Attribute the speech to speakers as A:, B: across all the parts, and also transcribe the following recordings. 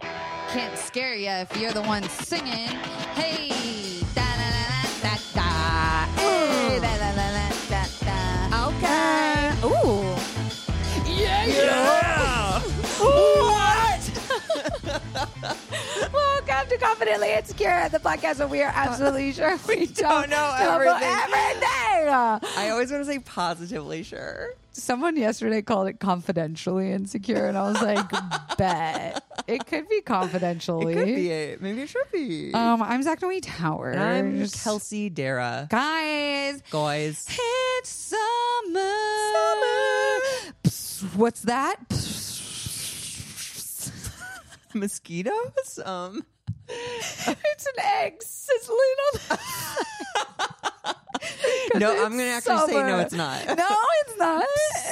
A: can't scare you if you're the one singing. Hey, da da da da da da. Hey, da da da da da da. Okay. Ooh.
B: Yeah. what?
A: Welcome to Confidently Insecure, the podcast where we are absolutely sure we don't,
B: don't know
A: about
B: everything.
A: everything.
B: I always want to say positively sure.
A: Someone yesterday called it confidentially insecure, and I was like, bet. It could be confidentially.
B: It could be it. Maybe it should be.
A: Um, I'm Zach Noe Towers.
B: And I'm Kelsey Dara.
A: Guys,
B: Guys.
A: it's summer. Psst, what's that? Psst.
B: Mosquitoes? Um
A: it's an egg sizzling on the
B: No,
A: It's
B: I'm gonna actually say no
A: summer.
B: it's not.
A: No, it's not.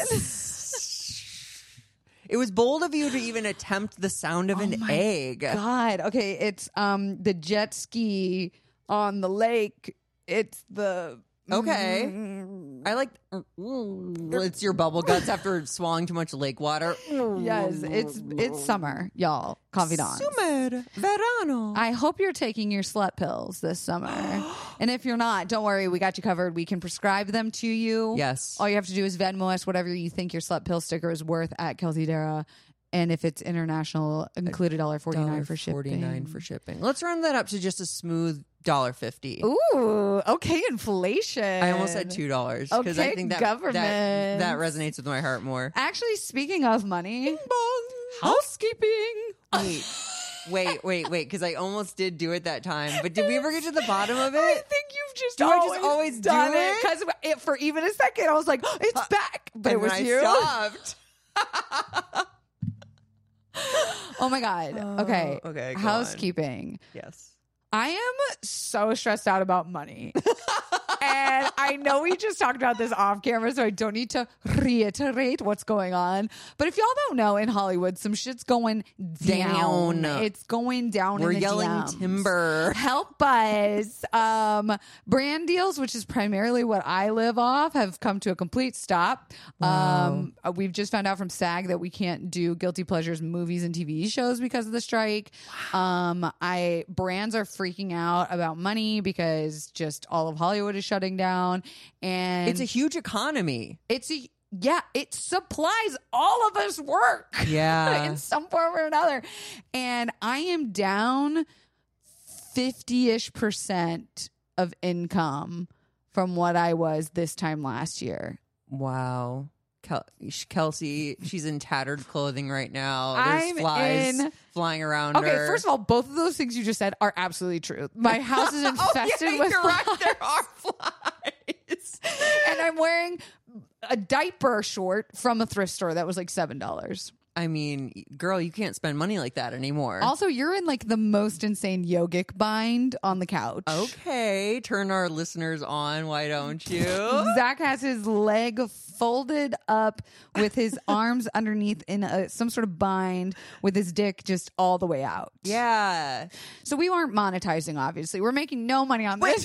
B: It was bold of you to even attempt the sound of an egg.
A: God. Okay, it's um the jet ski on the lake. It's the mm,
B: Okay. I like mm, it's your bubble guts after swallowing too much lake water.
A: Yes, it's it's summer, y'all. Confidant.
B: Summer, verano.
A: I hope you're taking your slut pills this summer. and if you're not, don't worry, we got you covered. We can prescribe them to you.
B: Yes.
A: All you have to do is Venmo us whatever you think your slut pill sticker is worth at Kelsey Dara. And if it's international, include a dollar forty nine for shipping.
B: Forty nine for shipping. Let's round that up to just a smooth dollar fifty.
A: Ooh, okay, inflation.
B: I almost said two dollars because I
A: Okay,
B: think that, that
A: government.
B: that resonates with my heart more.
A: Actually, speaking of money, housekeeping.
B: Wait, wait, wait, wait! Because I almost did do it that time, but did we ever get to the bottom of
A: I
B: it?
A: think you've just
B: Do I
A: always,
B: just always do
A: done it
B: it?
A: because it, for even a second I was like, "Oh, it's back, but it
B: And
A: was
B: I
A: you.
B: stopped.
A: Oh my god. okay.
B: okay, go on.
A: Housekeeping.
B: Yes.
A: I am so stressed out about money. and I know we just talked about this off camera, so I don't need to reiterate what's going on. But if y'all don't know, in Hollywood, some shit's going down.
B: Down.
A: It's going down.
B: We're
A: in the
B: yelling
A: DMs.
B: timber.
A: Help us. Um, brand deals, which is primarily what I live off, have come to a complete stop. Um, uh, we've just found out from SAG that we can't do guilty pleasures movies and TV shows because of the strike. Um, I brands are freaking out about money because just all of Hollywood is shutting down, and
B: It's a huge economy.
A: it's a yeah, it supplies all of us work.
B: Yeah.
A: in some form or another. And I am down 50 ish percent of income from what I was this time last year.
B: Wow. Kel- Kelsey, she's in tattered clothing right now. There's
A: I'm
B: flies
A: in-
B: flying around
A: Okay,
B: her.
A: first of all, both of those things you just said are absolutely true. My house is
B: Oh, yeah,
A: infested
B: you're
A: with
B: right.
A: flies,
B: There are flies.
A: and I'm wearing a diaper short from a thrift store that was like seven dollars.
B: I mean, girl, you can't spend money like that anymore.
A: Also, you're in like the most insane yogic bind on the couch.
B: okay, turn our listeners on. Why don't you?
A: Zach has his leg folded up with his arms underneath in a, some sort of bind with his dick just all the way out.
B: yeah.
A: So we aren't monetizing, obviously. We're making no money on this.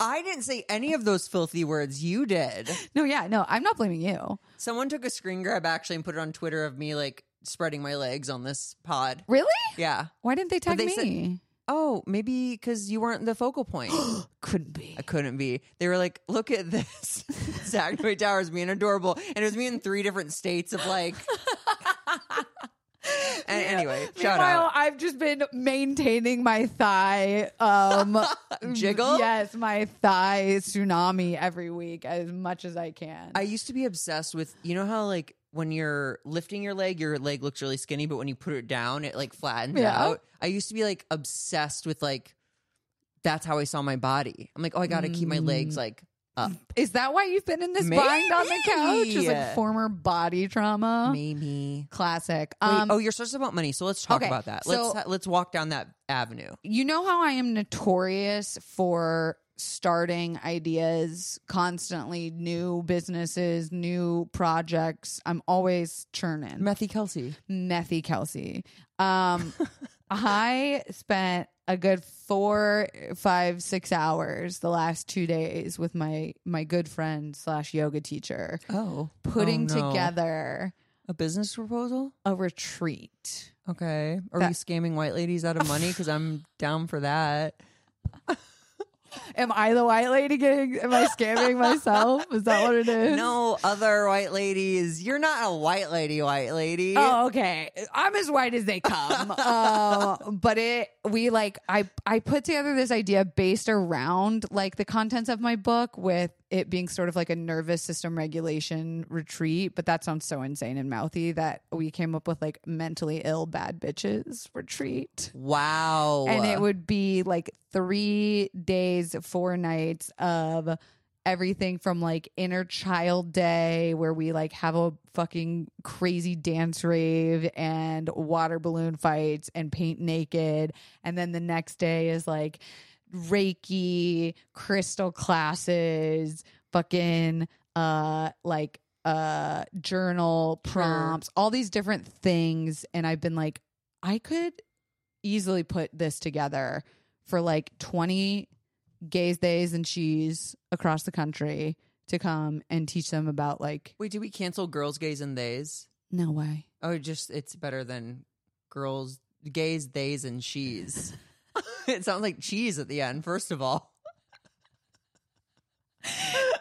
B: I didn't say any of those filthy words. You did.
A: No, yeah, no, I'm not blaming you.
B: Someone took a screen grab actually and put it on Twitter of me like spreading my legs on this pod.
A: Really?
B: Yeah.
A: Why didn't they tag
B: they
A: me?
B: said- Oh, maybe because you weren't the focal point.
A: Couldn't be.
B: I couldn't be. They were like, look at this. Zach Noy Towers being adorable. And it was me in three different states of like. and anyway, shout
A: Meanwhile,
B: out.
A: I've just been maintaining my thigh um
B: Jiggle?
A: Yes, my thigh tsunami every week as much as I can.
B: I used to be obsessed with, you know how like when you're lifting your leg, your leg looks really skinny, but when you put it down, it like flattens
A: Yeah.
B: out. I used to be like obsessed with like, that's how I saw my body. I'm like, oh, I got to keep my
A: Mm.
B: legs like up.
A: Is that why you've been in this bind on the couch? Is like
B: Maybe.
A: former body trauma.
B: Maybe.
A: Classic.
B: Wait,
A: Um,
B: oh, you're supposed to about money, so let's talk
A: okay,
B: about that.
A: so-
B: Let's let's walk down that avenue.
A: you know how I am notorious for starting ideas constantly, new businesses, new projects. I'm always churning.
B: Matthew Kelsey.
A: Methy Kelsey. Um, I spent a good four, five, six hours the last two days with my my good friend slash yoga teacher
B: Oh,
A: putting
B: Oh, no.
A: together
B: a business proposal.
A: a retreat
B: Okay. Are we
A: That-
B: scamming white ladies out of money? Because I'm down for that.
A: Am I the white lady getting? Am I scamming myself? Is that what it is?
B: No other white ladies. You're not a white lady, white lady.
A: Oh, okay. I'm as white as they come. uh, but it, we like, I, I put together this idea based around like the contents of my book with it being sort of like a nervous system regulation retreat. But that sounds so insane and mouthy that we came up with like mentally ill bad bitches retreat.
B: Wow.
A: And it would be like three days, four nights of everything from like inner child day where we like have a fucking crazy dance rave and water balloon fights and paint naked. And then the next day is like Reiki, crystal classes, fucking uh like uh journal
B: Sure.
A: prompts, all these different things. And I've been like, I could easily put this together for like 20 gays, theys, and she's across the country to come and teach them about like,
B: Wait, did we cancel girls, gays, and theys?
A: no way.
B: Oh, just it's better than girls, gays, theys, and she's. it sounds like cheese at the end, first of all.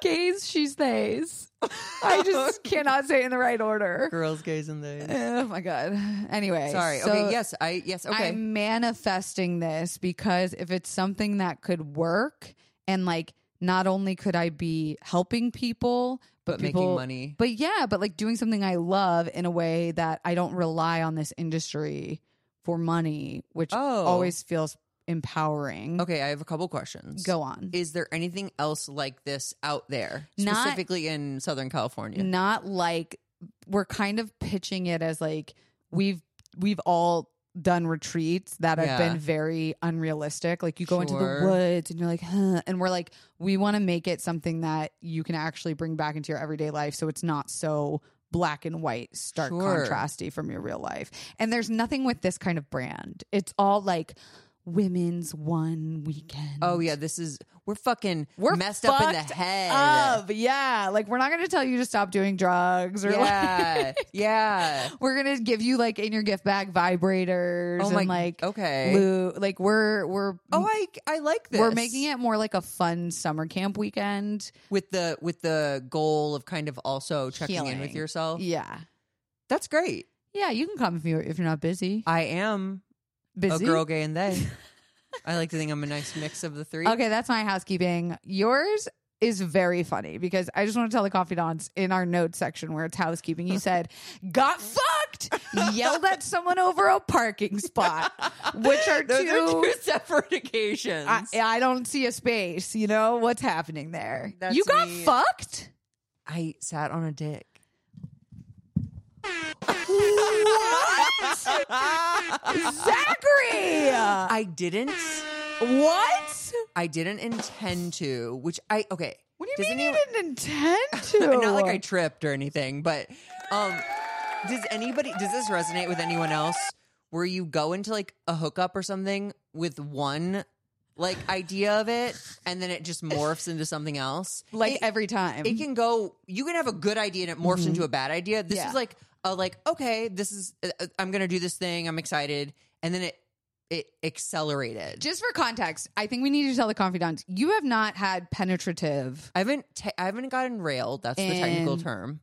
A: gays, she's, theys. I just cannot say it in the right order.
B: Girls, gays, and theys.
A: Oh my God. Anyway.
B: Sorry.
A: so
B: okay. Yes. I. Yes. Okay.
A: I'm manifesting this because if it's something that could work and like, not only could I be helping people, but,
B: but making
A: people,
B: money.
A: But yeah, but like doing something I love in a way that I don't rely on this industry for money, which
B: Oh.
A: always feels empowering.
B: Okay. I have a couple questions.
A: Go on.
B: Is there anything else like this out there,
A: Not-
B: specifically in Southern California?
A: Not like we're kind of pitching it as like we've we've all done retreats that have
B: Yeah.
A: been very unrealistic. Like you go into the
B: Sure.
A: woods and you're like, huh. and we're like, we want to make it something that you can actually bring back into your everyday life, so it's not so black and white, stark
B: Sure.
A: contrasty from your real life. And there's nothing with this kind of brand. It's all like women's one weekend.
B: Oh yeah, this is we're fucking
A: We're
B: messed up in the
A: fucked
B: head.
A: Of, yeah. Like we're not going to tell you to stop doing drugs or like
B: Yeah, yeah.
A: we're gonna give you like in your gift bag vibrators
B: Oh my,
A: and like
B: okay.
A: lube. Like we're we're
B: Oh, I I like this.
A: we're making it more like a fun summer camp weekend.
B: with the with the goal of kind of also checking in with
A: Healing.
B: yourself.
A: Yeah,
B: That's great.
A: yeah. You can come if you if you're not busy.
B: I am
A: Busy.
B: a girl, gay, and they. I like to think I'm a nice mix of the three.
A: Okay, that's my housekeeping. Yours is very funny because I just want to tell the confidants in our notes section where it's housekeeping. You said, got fucked, yelled at someone over a parking spot, which are
B: Those
A: two.
B: are two separate occasions.
A: I, I don't see a space. You know what's happening there?
B: That's
A: you got
B: me.
A: fucked.
B: I sat on a dick.
A: Zachary!
B: I didn't.
A: what?
B: I didn't intend to, which I okay.
A: What do you
B: Does
A: mean
B: anyone-
A: you didn't intend to?
B: Not like I tripped or anything, but um, does anybody does this resonate with anyone else? Where you go into like a hookup or something with one like idea of it, and then it just morphs into something else.
A: like
B: it,
A: every time.
B: it can go. You can have a good idea and it morphs into a bad idea. This
A: Yeah.
B: is like a like okay, this is uh, uh, I'm gonna do this thing. I'm excited, and then it it accelerated.
A: Just for context, I think we need to tell the confidants you have not had penetrative.
B: I haven't ta- I haven't gotten railed. That's the technical
A: In-
B: term.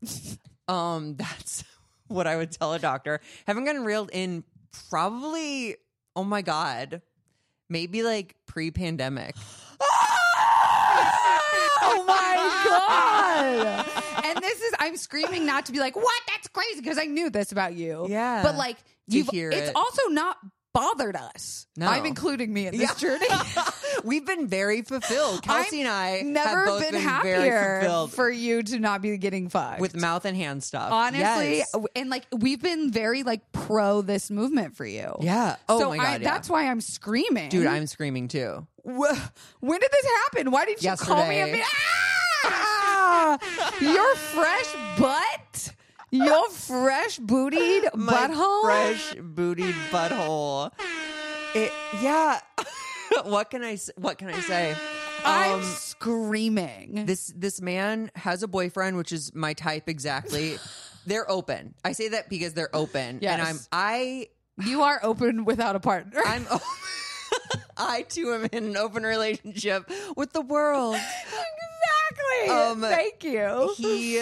B: um, that's what I would tell a doctor. Haven't gotten railed in probably. Oh my god, maybe like pre-pandemic.
A: Oh my god! and this is I'm screaming not to be like what? That's crazy because I knew this about you.
B: Yeah.
A: but like you, have
B: hear
A: it's
B: it.
A: also not bothered us.
B: No.
A: I'm including me in this journey.
B: We've been very fulfilled. Kelsey
A: I've
B: and I have
A: never
B: both
A: been,
B: been, very
A: happier
B: fulfilled
A: for you to not be getting fucked
B: with mouth and hand stuff.
A: Honestly,
B: Yes.
A: and like we've been very like pro this movement for you.
B: yeah. Oh
A: so
B: my
A: I,
B: god, yeah.
A: that's why I'm screaming,
B: dude, I'm screaming too.
A: Wh- when did this happen? Why did you call me a
B: Yesterday.
A: bitch? Ah! Your fresh butt, your fresh bootied
B: my
A: butthole.
B: fresh booty butthole. It, yeah. what can I? s- What can I say?
A: I'm
B: Um,
A: screaming.
B: this this man has a boyfriend, which is my type exactly. they're open. I say that because they're open,
A: Yes.
B: and I'm I.
A: You are open without a partner.
B: I'm. I too am in an open relationship with the world.
A: exactly.
B: Um,
A: Thank you.
B: He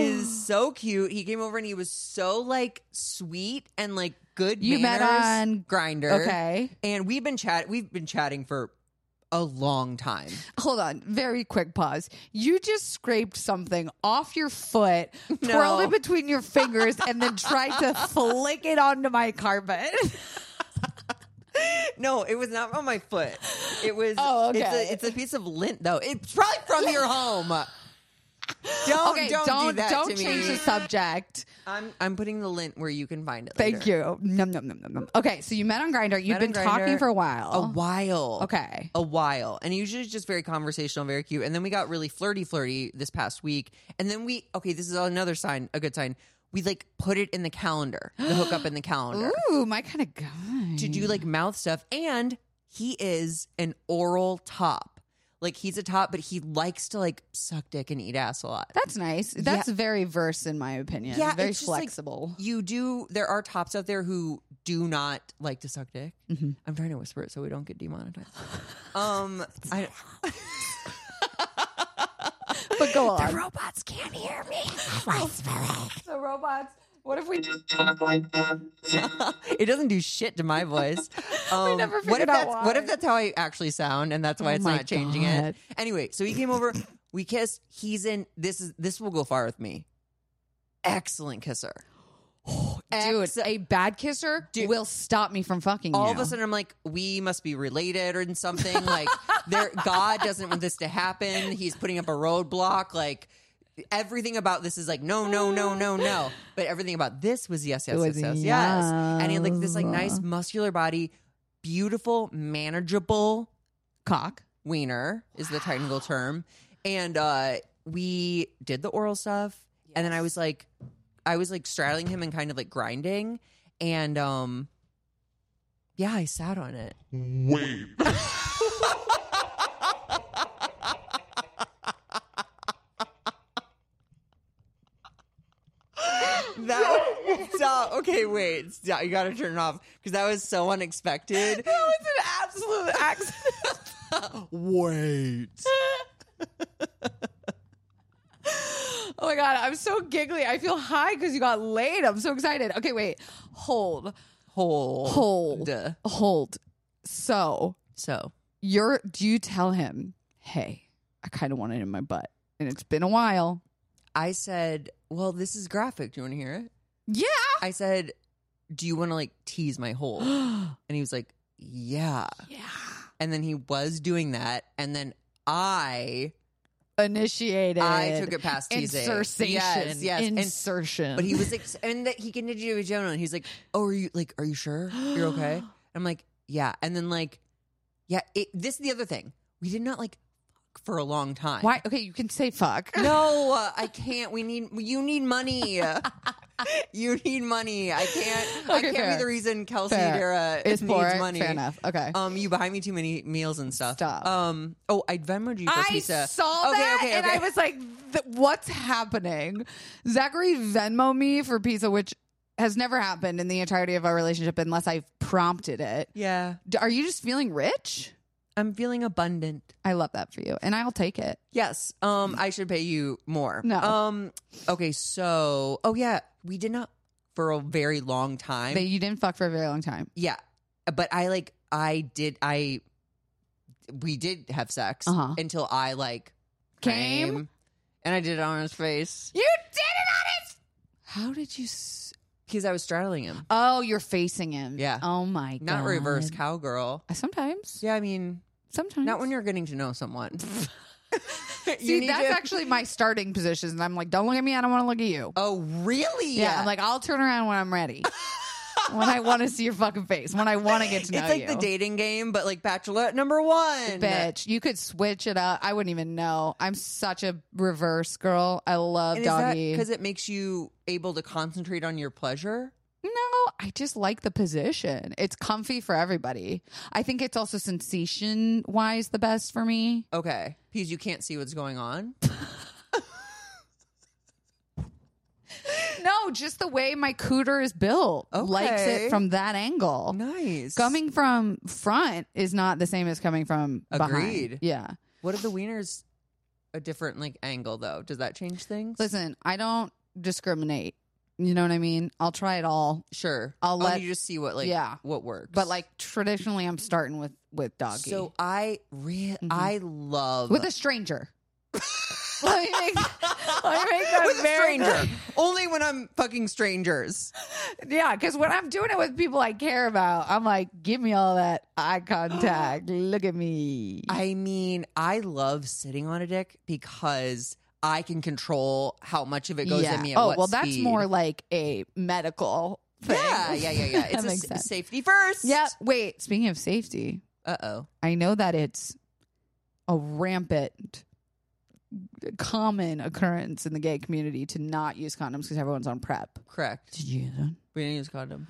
B: is so cute. He came over and he was so like sweet and like good.
A: You met on-
B: grinder.
A: okay.
B: and we've been chat. We've been chatting for a long time.
A: Hold on, very quick pause. You just scraped something off your foot,
B: No.
A: twirled it between your fingers, and then tried to flick it onto my carpet.
B: No, it was not on my foot. It was.
A: Oh, okay.
B: It's a, it's a piece of lint, though. It's probably from your home. Don't
A: okay,
B: don't,
A: Oh, don't
B: do that
A: don't
B: to me.
A: change the subject.
B: I'm I'm putting the lint where you can find it.
A: Thank
B: later.
A: you. Nom nom nom nom nom. Okay, so you met on Grinder. You've
B: Met
A: been
B: on Grindr
A: talking for a
B: A
A: while.
B: while.
A: Okay.
B: A while. And usually it's just very conversational, very cute. And then we got really flirty, flirty this past week. And then we okay, this is another sign, a good sign. We like put it in the calendar, the hookup in the calendar
A: Ooh, my kind of guy.
B: to do like mouth stuff. And he is an oral top. Like he's a top, but he likes to like suck dick and eat ass a lot.
A: That's nice. That's very verse in my opinion.
B: Yeah,
A: very
B: it's just, like,
A: flexible.
B: you do there are tops out there who do not like to suck dick i'm trying to whisper it so we don't get demonetized um I,
A: but go on.
C: robots can't hear me. I spell it.
A: the robots. What if we
B: it doesn't do shit to my voice um,
A: never
B: what if
A: figured out
B: that's what
A: why.
B: if
A: Oh
B: that's how i actually sound and that's why it's
A: my
B: not changing
A: God.
B: it anyway so he came over we kissed he's in this is this will go far with me excellent kisser
A: Dude,
B: Ex-
A: a bad kisser
B: Dude.
A: will stop me from fucking
B: all
A: you.
B: of a sudden I'm like, we must be related or something. Like, there, God doesn't want this to happen. He's putting up a roadblock. Like, everything about this is like, no, no, no, no, no. But everything about this was yes, yes,
A: It
B: yes,
A: was
B: yes, yes, And he had like this like nice muscular body, beautiful, manageable
A: cock.
B: wiener is the technical term. And uh, we did the oral stuff, and then I was like, I was like straddling him and kind of like grinding, and um, yeah, I sat on it.
C: Wait.
B: That stop. Okay, wait, stop. You got to turn it off because that was so unexpected.
A: It's an absolute accident.
C: Wait.
A: oh my god, I'm so giggly. I feel high because you got laid. I'm so excited. Okay, wait. Hold.
B: Hold,
A: Hold. Hold. So
B: So
A: you're do you tell him, hey, I kinda want it in my butt. And it's been a while.
B: I said, "Well, this is graphic. Do you want to hear it?"
A: Yeah.
B: I said, "Do you want to like tease my hole?" And he was like, "Yeah."
A: Yeah.
B: and then he was doing that, and then I,
A: Initiated.
B: I took it past teasing.
A: Insertion.
B: Yes, yes. And-
A: Insertion.
B: but he was like, and that he continued to be general, and he's like, "Oh, are you like, are you sure you're okay?" I'm like, "Yeah," and then like, yeah. It, this is the other thing. We did not like fuck for a long time.
A: why okay, you can say fuck.
B: No, uh, I can't. We need you need money. you need money. I can't. I
A: Okay,
B: can't
A: fair.
B: be the reason Kelsey
A: Fair.
B: Dara
A: It's
B: needs
A: poor.
B: money.
A: Fair enough. Okay.
B: Um, you buy me too many meals and stuff.
A: Stop.
B: Um, oh, I Venmoed you for
A: I
B: pizza.
A: saw
B: okay,
A: that
B: okay,
A: and
B: okay.
A: I was like, "Th- "What's happening?" Zachary Venmo me for pizza, which has never happened in the entirety of our relationship unless I've prompted it.
B: yeah,
A: D- Are you just feeling rich?
B: I'm feeling abundant.
A: I love that for you, and I'll take it.
B: Yes. Um, I should pay you more.
A: No.
B: Um, okay. So, oh yeah, we did not for a very long time.
A: That you didn't fuck for a very long time.
B: yeah, but I like I did I. We did have sex
A: Uh-huh.
B: until I like
A: Came?
B: and I did it on his face
A: You did it on his. How did you? S-
B: because I was straddling him,
A: oh, you're facing him.
B: Yeah.
A: Oh my god. Uh,
B: not reverse cowgirl.
A: Sometimes.
B: Yeah, I mean,
A: Sometimes.
B: not when you're getting to know someone.
A: See, that's actually my starting position. And I'm like, don't look at me. I don't want to look at you.
B: Oh, really?
A: Yeah. I'm like, I'll turn around when I'm ready. when I want to see your fucking face. When I want to get to know
B: it's like
A: you.
B: the dating game, but like Bachelorette number one.
A: Bitch, you could switch it up. I wouldn't even know. I'm such a reverse girl. I love
B: And is that
A: doggy.
B: because it makes you able to concentrate on your pleasure?
A: no, I just like the position. It's comfy for everybody. I think it's also sensation wise the best for me.
B: Okay, because you can't see what's going on.
A: No, just the way my cooter is built likes
B: Okay.
A: it from that angle.
B: Nice.
A: Coming from front is not the same as coming from behind.
B: Agreed.
A: Yeah.
B: What if the wiener's a different like angle though? Does that change things?
A: Listen, I don't discriminate. You know what I mean? I'll try it all.
B: Sure.
A: I'll
B: Oh,
A: let-
B: you just see what like
A: Yeah.
B: what works.
A: But like traditionally I'm starting with with doggy. Mm-hmm.
B: so uh, I re- I love
A: with a stranger. let me make let me make that
B: With a
A: very
B: stranger. Only when I'm fucking strangers.
A: Yeah, because when I'm doing it with people I care about, I'm like, give me all that eye contact. Look at me.
B: I mean, I love sitting on a dick because I can control how much of it goes in me. At
A: oh,
B: what
A: well, that's
B: speed.
A: more like a medical thing.
B: Yeah, yeah, yeah, yeah. It's
A: that
B: a
A: makes
B: s-
A: sense.
B: safety first.
A: Yeah. Wait, speaking of safety,
B: Uh oh.
A: I know that it's a rampant, common occurrence in the gay community to not use condoms because everyone's on prep.
B: Correct.
A: Did you use one?
B: We didn't use condom.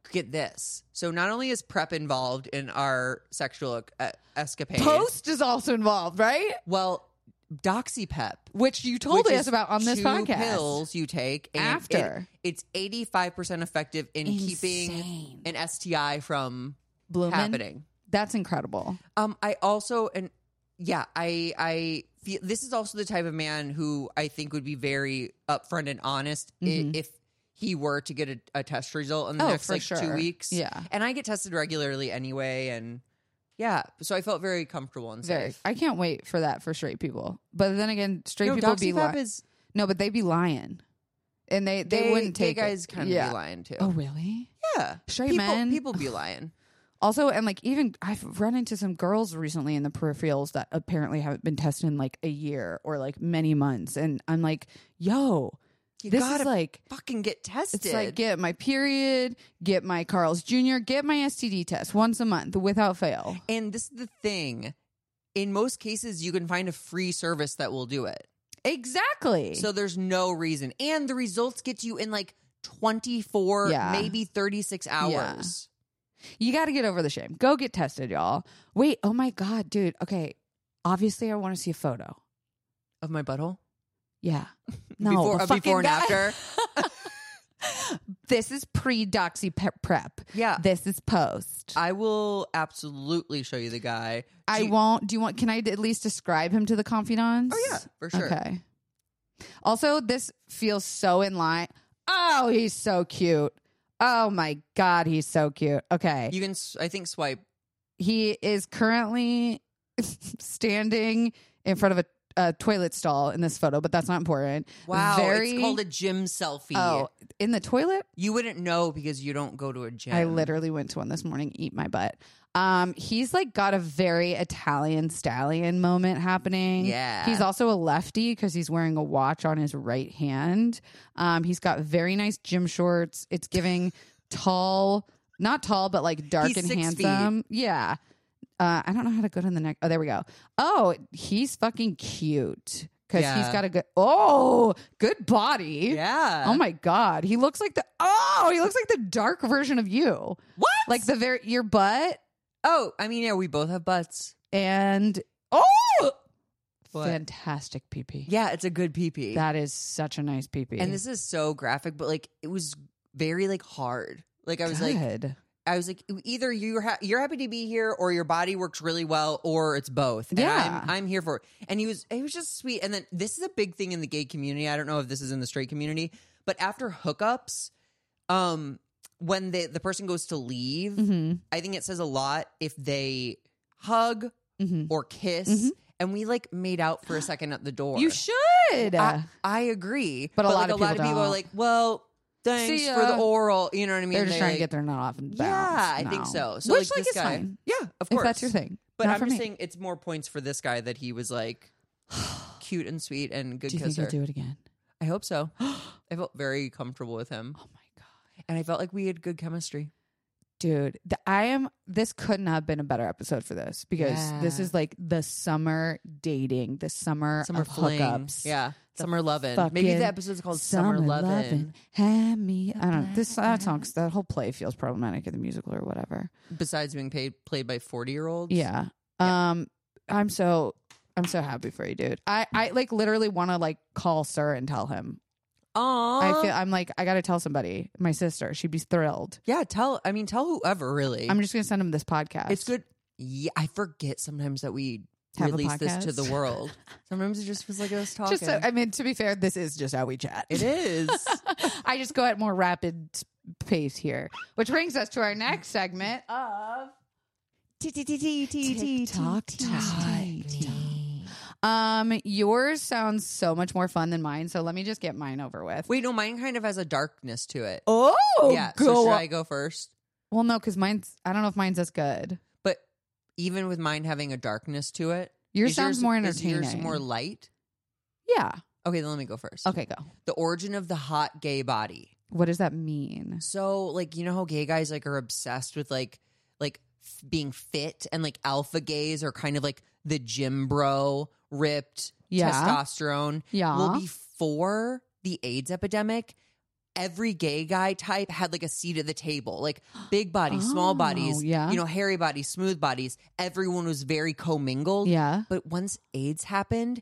B: Get this. So not only is prep involved in our sexual uh, escapades,
A: Post is also involved, right?
B: well, doxypep.
A: Which you told
B: which
A: us
B: is
A: about on this
B: two
A: podcast.
B: Pills you take and it-
A: After.
B: it's eighty five percent effective in keeping
A: Insane.
B: an STI from
A: Bloomin'?
B: happening.
A: That's incredible.
B: Um, I also and yeah, I I feel this is also the type of man who I think would be very upfront and honest i
A: Mhm.
B: if he were to get a, a test result in the
A: Oh,
B: next
A: for
B: like two
A: sure.
B: weeks.
A: Yeah.
B: and I get tested regularly anyway, and yeah, so I felt very comfortable and
A: Very.
B: safe.
A: I can't wait for that for straight people. But then again, straight
B: No,
A: people be
B: doxypep
A: lying.
B: is
A: no, but they be lying, and they they,
B: they,
A: wouldn't
B: gay
A: take it.
B: guys kind of
A: yeah.
B: be lying too.
A: Oh, really?
B: yeah,
A: Straight
B: people,
A: men?
B: people be lying.
A: Also, and like even I've run into some girls recently in the peripherals that apparently haven't been tested in like a year or like many months, and I'm like, yo,
B: You
A: this
B: gotta
A: is like.
B: fucking get tested.
A: It's like get my period, get my Carl's Jr., get my STD test once a month without fail.
B: and this is the thing. In most cases, you can find a free service that will do it.
A: Exactly.
B: So there's no reason. And the results get to you in like 24,
A: Yeah.
B: maybe 36 hours.
A: You got to get over the shame. Go get tested, y'all. Wait, oh my God, dude. Okay. Obviously, I want to see a photo.
B: Of my butthole?
A: Yeah. No,
B: before,
A: the
B: uh, before
A: fucking
B: and
A: guy-
B: after?
A: This is pre doxy pe- prep.
B: Yeah.
A: This is post.
B: I will absolutely show you the guy. Do
A: I
B: you-
A: won't. Do you want, can I at least describe him to the confidants?
B: Oh, yeah, for sure.
A: Okay. Also, this feels so in line. Oh, he's so cute. Oh my God, he's so cute. Okay.
B: You can, s- I think, swipe.
A: he is currently standing in front of a, a toilet stall in this photo, but that's not important.
B: Wow.
A: Very,
B: It's called a gym selfie.
A: oh, in the toilet.
B: You wouldn't know because you don't go to a gym.
A: I literally went to one this morning. Eat my butt. Um, he's like got a very Italian stallion moment happening.
B: Yeah.
A: he's also a lefty because he's wearing a watch on his right hand. Um, he's got very nice gym shorts. It's giving tall, not tall, but like dark
B: He's
A: and
B: six
A: handsome. Yeah. Uh, I don't know how to go to the next. Oh, there we go. Oh, he's fucking cute because he's
B: Yeah.
A: got a good. Oh, good body.
B: Yeah.
A: Oh my god, he looks like the oh, he looks like the dark version of you,
B: What?
A: like the very your butt
B: oh, I mean, yeah, we both have butts.
A: and oh,
B: What?
A: fantastic peepee.
B: Yeah, it's a good pee pee.
A: That is such a nice peepee.
B: And this is so graphic, but like it was very like hard. Like I was like,
A: Good.
B: I was like, e, either you're ha- you're happy to be here, or your body works really well, or it's both. And
A: Yeah.
B: I'm, I'm here for it. And he was, he was just sweet. And then this is a big thing in the gay community. I don't know if this is in the straight community, but after hookups, um, when the the person goes to leave,
A: Mm-hmm.
B: I think it says a lot if they hug
A: Mm-hmm.
B: or kiss.
A: Mhm.
B: And we like made out for a second at the door.
A: You should.
B: I, I agree,
A: But a lot
B: like,
A: of
B: a lot of
A: people
B: people are
A: don't.
B: like, "Well, thanks
A: See
B: for the
A: ya.
B: oral." You know what I mean?
A: They're just
B: They,
A: trying to
B: like-
A: get their nut off and bounce.
B: Yeah, I
A: No.
B: think so. So
A: Which
B: like,
A: like,
B: this
A: is
B: guy,
A: fine.
B: yeah, of
A: If
B: course,
A: that's your thing.
B: But
A: Not
B: I'm
A: for me.
B: just saying it's more points for this guy that he was like cute and sweet and good
A: Do you think
B: kisser.
A: he'll do it again?
B: I hope so. I felt very comfortable with him,
A: Oh my god.
B: and I felt like we had good chemistry.
A: Dude, the, I am. This could not have been a better episode for this because this
B: Yeah.
A: is like the summer dating, the summer,
B: Summer
A: of
B: fling,
A: hookups.
B: yeah,
A: The
B: summer lovin'. Maybe
A: fucking
B: the episode's called Summer, lovin'.
A: Have me. I don't know. This that song, that whole play feels problematic in the musical or whatever.
B: Besides being paid played by forty year olds,
A: Yeah. Um, I'm so I'm so happy for you, dude. I I like literally want to like call Sir and tell him
B: Aw.
A: I feel I'm like I got to tell somebody. My sister, she'd be thrilled.
B: yeah, tell, I mean, tell whoever really.
A: I'm just gonna send him this podcast.
B: it's good. Yeah, I forget sometimes that we
A: Have a
B: release this to
A: podcast.
B: the world. Sometimes it just feels like us talking.
A: Just so, I mean, to be fair, this is just how we chat.
B: it is.
A: I just go at more rapid pace here, which brings us to our next segment of
B: TikTok
A: um yours sounds so much more fun than mine, so let me just get mine over with.
B: Wait, no, mine kind of has a darkness to it.
A: Oh,
B: yeah. so should I go first?
A: Well, no, because mine's I don't know if mine's as good.
B: But even with mine having a darkness to it,
A: Yours
B: is
A: sounds more
B: Is yours
A: entertaining.
B: more light?
A: Yeah.
B: Okay, then let me go first.
A: Okay, go.
B: The origin of the hot gay body.
A: What does that mean?
B: So like you know how gay guys like are obsessed with like like f- being fit and like alpha gays are kind of like the gym bro ripped
A: Yeah.
B: testosterone.
A: Yeah.
B: Well, before the AIDS epidemic, every gay guy type had like a seat at the table. Like big bodies, small
A: Oh,
B: bodies,
A: yeah.
B: you know, hairy bodies, smooth bodies. Everyone was very commingled.
A: yeah.
B: But once AIDS happened,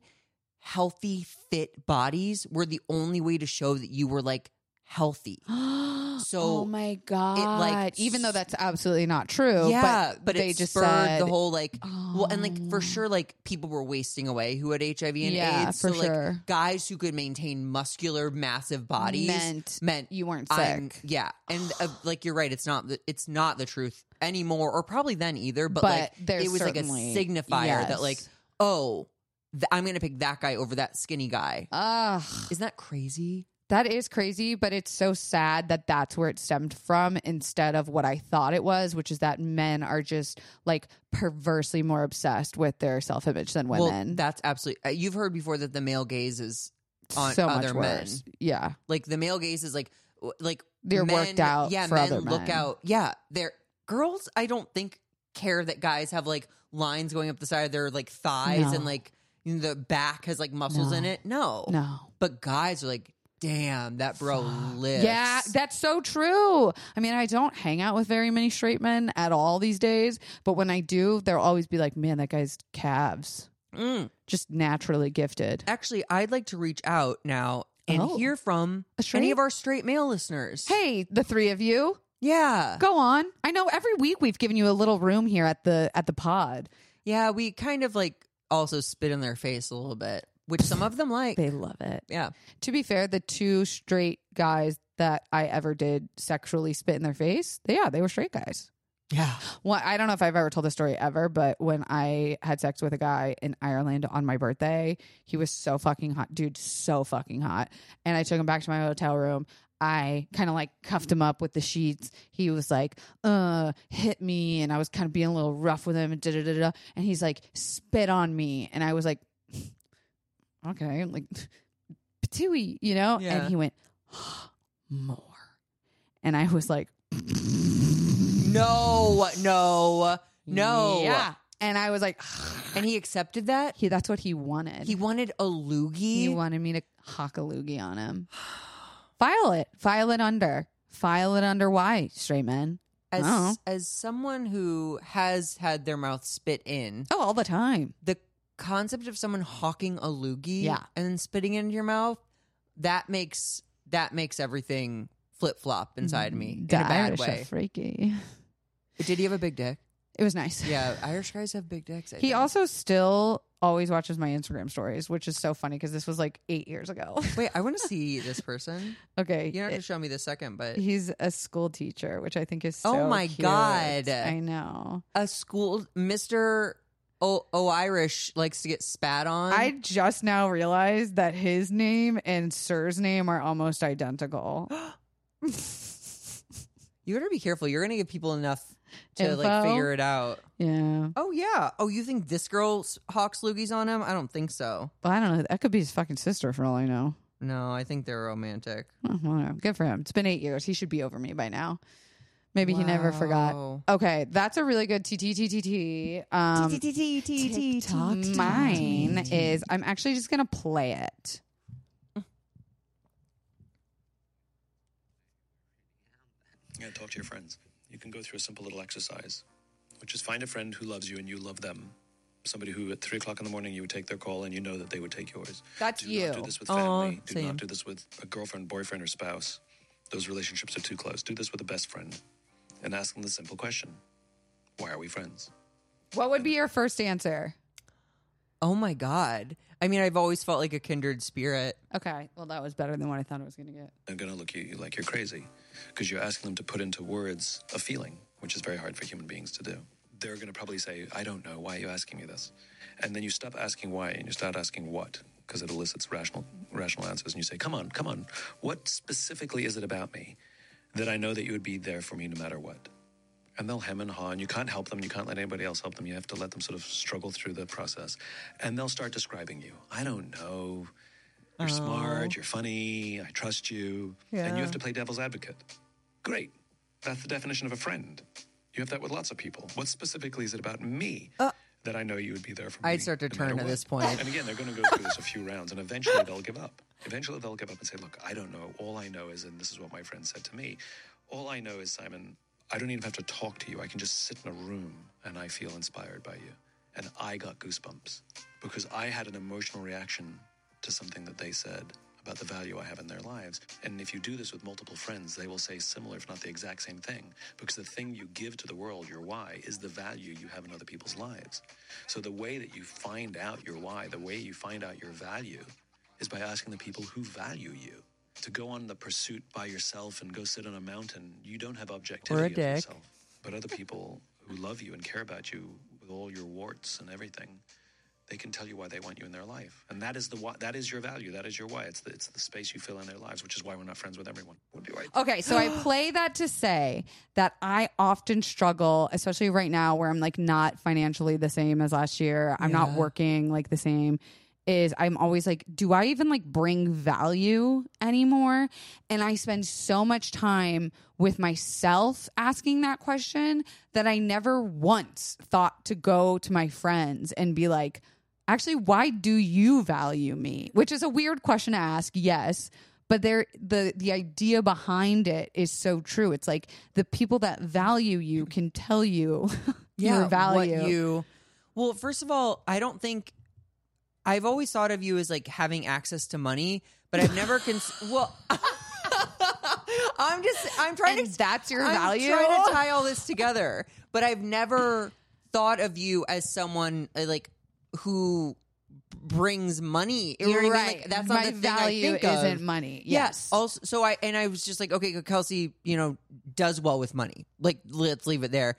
B: healthy, fit bodies were the only way to show that you were like healthy.
A: oh my god! even though that's absolutely not true.
B: Yeah,
A: but,
B: but,
A: they
B: it
A: just
B: spurred
A: said,
B: the whole like well, and like
A: Oh.
B: for sure, like people were wasting away who had HIV and
A: Yeah,
B: AIDS.
A: for
B: so like
A: sure.
B: guys who could maintain muscular, massive bodies
A: Meant you weren't sick.
B: I'm- yeah, and uh, like you're right, it's not the, it's not the truth anymore, or probably then either. But,
A: But
B: like
A: there's
B: it was like a
A: certainly-
B: signifier
A: yes.
B: that like oh, th- I'm gonna pick that guy over that skinny guy.
A: Ugh,
B: Isn't that crazy?
A: that is crazy, but it's so sad that that's where it stemmed from instead of what I thought it was, which is that men are just like perversely more obsessed with their self image than women.
B: Well, that's absolutely. Uh, you've heard before that the male gaze is on
A: so
B: other
A: much worse. Yeah,
B: like the male gaze is like w- like
A: They're
B: men-
A: worked out
B: Yeah,
A: for
B: men
A: other
B: look
A: men.
B: out. Yeah, they're girls. I don't think care that guys have like lines going up the side of their like thighs
A: No.
B: and like you know, the back has like muscles in
A: No.
B: it. No,
A: no.
B: but guys are like, damn, that bro lives.
A: Yeah, that's so true. I mean, I don't hang out with very many straight men at all these days, but when I do, they'll always be like, man, that guy's calves.
B: Mm.
A: Just naturally gifted.
B: Actually, I'd like to reach out now and
A: Oh.
B: hear from
A: A
B: any
A: straight?
B: of our straight male listeners.
A: Hey, the three of you,
B: Yeah,
A: go on. I know every week we've given you a little room here at the at the pod.
B: yeah, we kind of like also spit in their face a little bit, which some of them like.
A: They love it.
B: Yeah.
A: To be fair, the two straight guys that I ever did sexually spit in their face, they, yeah, they were straight guys.
B: Yeah.
A: Well, I don't know if I've ever told this story ever, but when I had sex with a guy in Ireland on my birthday, he was so fucking hot, dude, so fucking hot. And I took him back to my hotel room. I kind of like cuffed him up with the sheets. He was like, uh, hit me. And I was kind of being a little rough with him and da da da da. And he's like, spit on me. And I was like, okay, like, patooey, you know?
B: Yeah.
A: And he went, more. And I was like,
B: No, no, no.
A: Yeah. And I was like,
B: And he accepted that.
A: He that's what he wanted.
B: He wanted a loogie.
A: He wanted me to hock a loogie on him. File it. File it under. File it under why, straight men.
B: as
A: Oh.
B: as someone who has had their mouth spit in,
A: Oh, all the time.
B: the concept of someone hawking a loogie
A: Yeah.
B: and then spitting it into your mouth, that makes that makes everything flip flop inside me in a
A: Mm, The
B: bad
A: Irish are
B: way.
A: freaky.
B: But did he have a big dick?
A: It was nice.
B: Yeah, Irish guys have big dicks. I
A: He
B: think.
A: also still always watches my Instagram stories, which is so funny because this was like eight years ago.
B: wait. I want to see this person.
A: okay.
B: You don't have to show me this second, but
A: He's a school teacher, which I think is
B: Oh
A: so
B: my
A: cute.
B: God.
A: I know.
B: a school Mr. O, o Irish likes to get spat on.
A: I just now realized that his name and Sir's name are almost identical.
B: you better be careful. You're gonna give people enough to like
A: Info?
B: figure it out.
A: yeah.
B: Oh yeah. Oh, you think this girl s- hawks loogies on him? I don't think so.
A: Well, I don't know. That could be his fucking sister for all I know.
B: No, I think they're romantic.
A: Oh, well, good for him. It's been eight years. He should be over me by now. Maybe he never forgot.
B: Wow.
A: Okay, that's a really good TTTTT. Um,
B: TikTok.
A: mine is I'm actually just gonna play it.
D: and talk to your friends. You can go through a simple little exercise, which is find a friend who loves you and you love them. somebody who at three o'clock in the morning you would take their call and you know that they would take yours.
A: That's
D: do
A: you.
D: Not do this with
B: Aw,
D: family. do
B: same.
D: not do this with a girlfriend, boyfriend, or spouse. Those relationships are too close. Do this with a best friend, and ask them the simple question: Why are we friends?
A: What would be your first answer?
B: Oh my god. I mean, I've always felt like a kindred spirit.
A: Okay. Well, that was better than what I thought I was going to get.
D: They're going to look at you like you're crazy because you're asking them to put into words a feeling, which is very hard for human beings to do. They're going to probably say, I don't know. Why are you asking me this? And then you stop asking why and you start asking what because it elicits rational, rational answers. And you say, Come on, come on. What specifically is it about me that I know that you would be there for me no matter what? And they'll hem and haw, and you can't help them. You can't let anybody else help them. You have to let them sort of struggle through the process. And they'll start describing you. I don't know. You're
B: Oh.
D: smart. You're funny. I trust you. And you have to play devil's advocate. Great. That's the definition of a friend. You have that with lots of people. What specifically is it about me that I know you would be there for me?
B: Uh, I'd start to
D: no matter
B: turn at
D: what?
B: this point.
D: And again, they're going to go through this a few rounds, and eventually they'll give up. Eventually they'll give up and say, "Look, I don't know. All I know is, and this is what my friend said to me. All I know is, Simon, I don't even have to talk to you. I can just sit in a room, and I feel inspired by you. And I got goosebumps because I had an emotional reaction to something that they said." About the value I have in their lives. And if you do this with multiple friends, they will say similar, if not the exact same thing. Because the thing you give to the world, your why, is the value you have in other people's lives. So the way that you find out your why, the way you find out your value, is by asking the people who value you. To go on the pursuit by yourself and go sit on a mountain, you don't have objectivity of
B: dick.
D: yourself. But other people who love you and care about you with all your warts and everything, they can tell you why they want you in their life, and that is the why, that is your value, that is your why. It's the it's the space you fill in their lives, which is why we're not friends with everyone. What do I
A: Okay, so I play that to say that I often struggle, especially right now where I'm like not financially the same as last year. I'm not working like the same. Is I'm always like, do I even like bring value anymore? And I spend so much time with myself asking that question that I never once thought to go to my friends and be like, actually why do you value me which is a weird question to ask yes but there the the idea behind it is so true it's like the people that value you can tell you your value
B: What you well, first of all, I don't think I've always thought of you as like having access to money, but I've never cons- well. I'm just I'm trying
A: and
B: to
A: that's your
B: I'm
A: value
B: trying to tie all this together, but I've never thought of you as someone uh, like who brings money. You know what I mean?
A: right
B: Like, that's
A: my
B: not the thing I
A: value
B: think
A: isn't
B: of. Oh,
A: money
B: Yeah.
A: yes
B: Also, so I and I was just like, okay, Kelsey, you know, does well with money. Like, let's leave it there.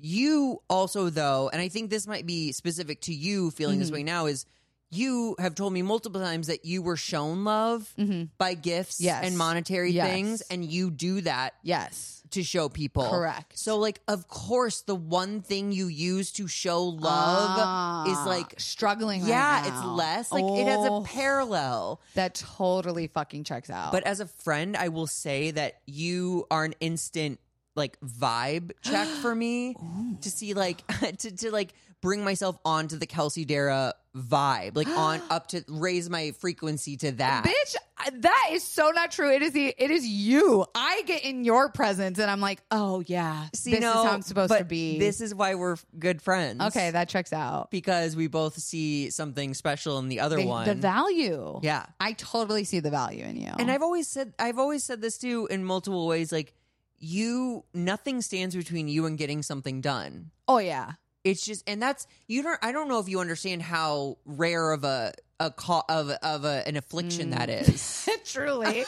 B: You also, though, and I think this might be specific to you feeling
A: Mm-hmm.
B: this way now is you have told me multiple times that you were shown love by gifts
A: Mm-hmm. Yes.
B: and monetary
A: Yes.
B: things, and you do that
A: yes
B: to show people.
A: Correct.
B: So, like, of course, the one thing you use to show love is
A: Ah,
B: like,
A: struggling right
B: yeah, it's
A: now.
B: less. Like, it has a
A: Oh.
B: parallel.
A: that totally fucking checks out
B: But as a friend, I will say that you are an instant like vibe check for me to see like to, to like bring myself onto the Kelsey Dara vibe, like on up to raise my frequency to that.
A: bitch that is so not true it is the it is you i get in your presence and i'm like oh yeah
B: See,
A: this
B: no,
A: is how i'm supposed to
B: but
A: be
B: This is why we're good friends.
A: okay that checks out
B: because we both see something special in the other
A: the,
B: one.
A: the value
B: Yeah.
A: i totally see the value in you
B: And I've always said I've always said this too in multiple ways like you nothing stands between you and getting something done.
A: oh yeah
B: it's just and that's you don't i don't know if you understand how rare of a a call of a- of a, an affliction that
A: Mm.
B: is
A: truly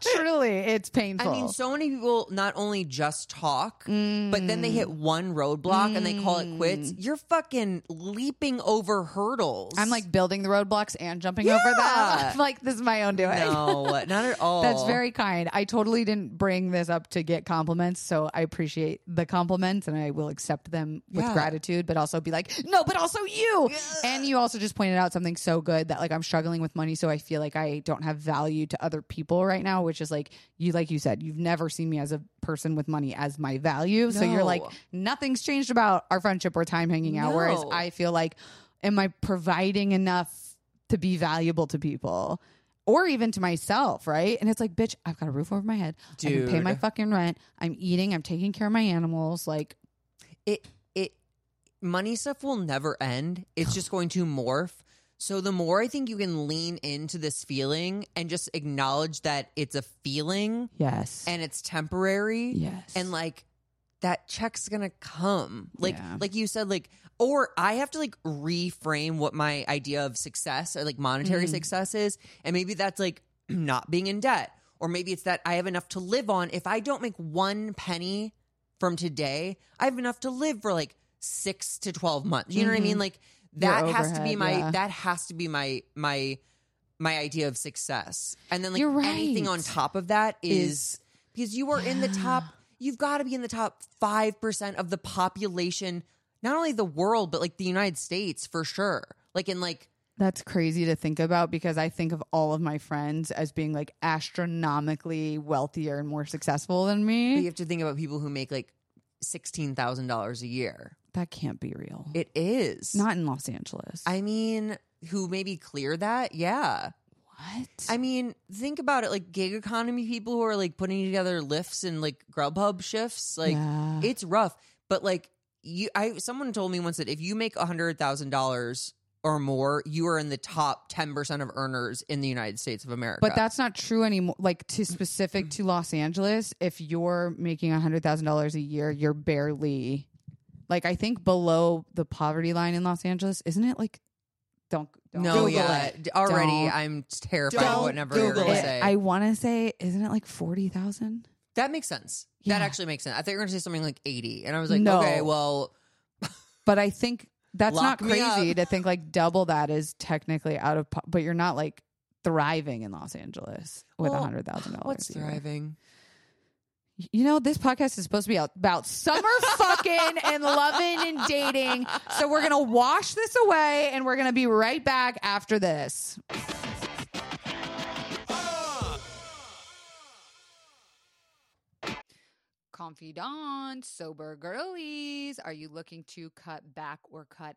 A: truly it's
B: i
A: painful
B: mean so many people not only just talk
A: Mm.
B: but then they hit one roadblock and they call it quits you're fucking leaping over hurdles
A: i'm like building the roadblocks and jumping
B: Yeah.
A: over them I'm like this is my own doing
B: no not at all
A: That's very kind. I totally didn't bring this up to get compliments, so I appreciate the compliments and I will accept them with
B: Yeah.
A: gratitude, but also be like, no, but also you. And you also just pointed out something so good that like I'm struggling with money, so I feel like I don't have value to other people right now, which is like you like you said, you've never seen me as a person with money as my value. So you're like,
B: No.
A: nothing's changed about our friendship or time hanging out. Whereas
B: No.
A: I feel like, am I providing enough to be valuable to people or even to myself, right? And it's like, bitch, I've got a roof over my head. I can pay
B: Dude.
A: my fucking rent. I'm eating. I'm taking care of my animals. Like,
B: it it money stuff will never end. It's just going to morph. So the more I think you can lean into this feeling and just acknowledge that it's a feeling
A: Yes.
B: and it's temporary.
A: yes.
B: And like that check's gonna come. Like
A: Yeah.
B: like you said, like or I have to like reframe what my idea of success or like monetary
A: Mm.
B: success is. And maybe that's like not being in debt. Or maybe it's that I have enough to live on. If I don't make one penny from today, I have enough to live for like six to twelve months. You know what I mean? Like
A: Mm-hmm. Your
B: that has to be
A: overhead,
B: my
A: yeah.
B: that has to be my my my idea of success. And then like
A: You're
B: anything on
A: right.
B: top of that is
A: Is-
B: because you are in the top you've got to be in the top 5% of the population not only the world but like the united states for sure like in like
A: That's crazy to think about because I think of all of my friends as being like astronomically wealthier and more successful than
B: but
A: me.
B: you have to think about people who make like $16000 a year
A: that can't be real.
B: it is
A: Not in Los Angeles.
B: i mean who maybe clear that yeah
A: what?
B: i mean think about it like gig economy people who are like putting together lifts and like grubhub shifts like
A: Yeah.
B: it's rough but like you i someone told me once that if you make a hundred thousand dollars or more you are in the top 10% of earners in the united states of america
A: but that's not true anymore. Like to specific to Los Angeles, if you're making hundred thousand dollars a year, you're barely like I think below the poverty line in Los Angeles, isn't it? Like don't don't
B: no
A: Google
B: yeah
A: it.
B: D- already
A: Don't.
B: i'm terrified
A: Don't
B: of whatever you're
A: Google
B: going to
A: it.
B: say
A: I want to say, isn't it like forty thousand?
B: that makes sense
A: Yeah.
B: that actually makes sense i thought you were going to say something like 80 and i was like
A: No.
B: okay well
A: But I think that's not
B: Lock me up.
A: crazy to think like double that is technically out of, po- but you're not like thriving in Los Angeles with a
B: well,
A: hundred thousand dollars.
B: what's thriving
A: You know, this podcast is supposed to be out- about summer fucking and loving and dating. So we're gonna wash this away, and we're gonna be right back after this. Confidant, sober girlies, are you looking to cut back or cut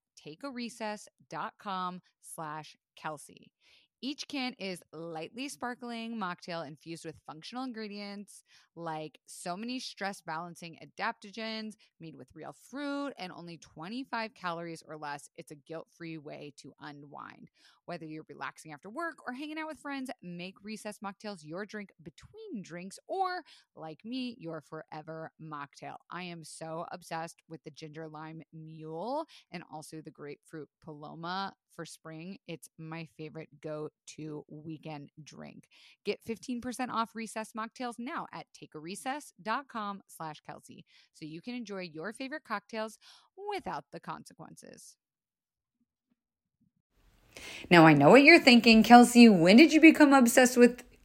A: takearecess.com slash kelsey each can is lightly sparkling mocktail infused with functional ingredients like so many stress balancing adaptogens made with real fruit and only 25 calories or less it's a guilt-free way to unwind whether you're relaxing after work or hanging out with friends make recess mocktails your drink between drinks or like me, your forever mocktail. I am so obsessed with the ginger lime mule and also the grapefruit paloma for spring. It's my favorite go to weekend drink. Get 15% off recess mocktails now at takearecess.com slash Kelsey so you can enjoy your favorite cocktails without the consequences.
E: Now, I know what you're thinking, Kelsey. When did you become obsessed with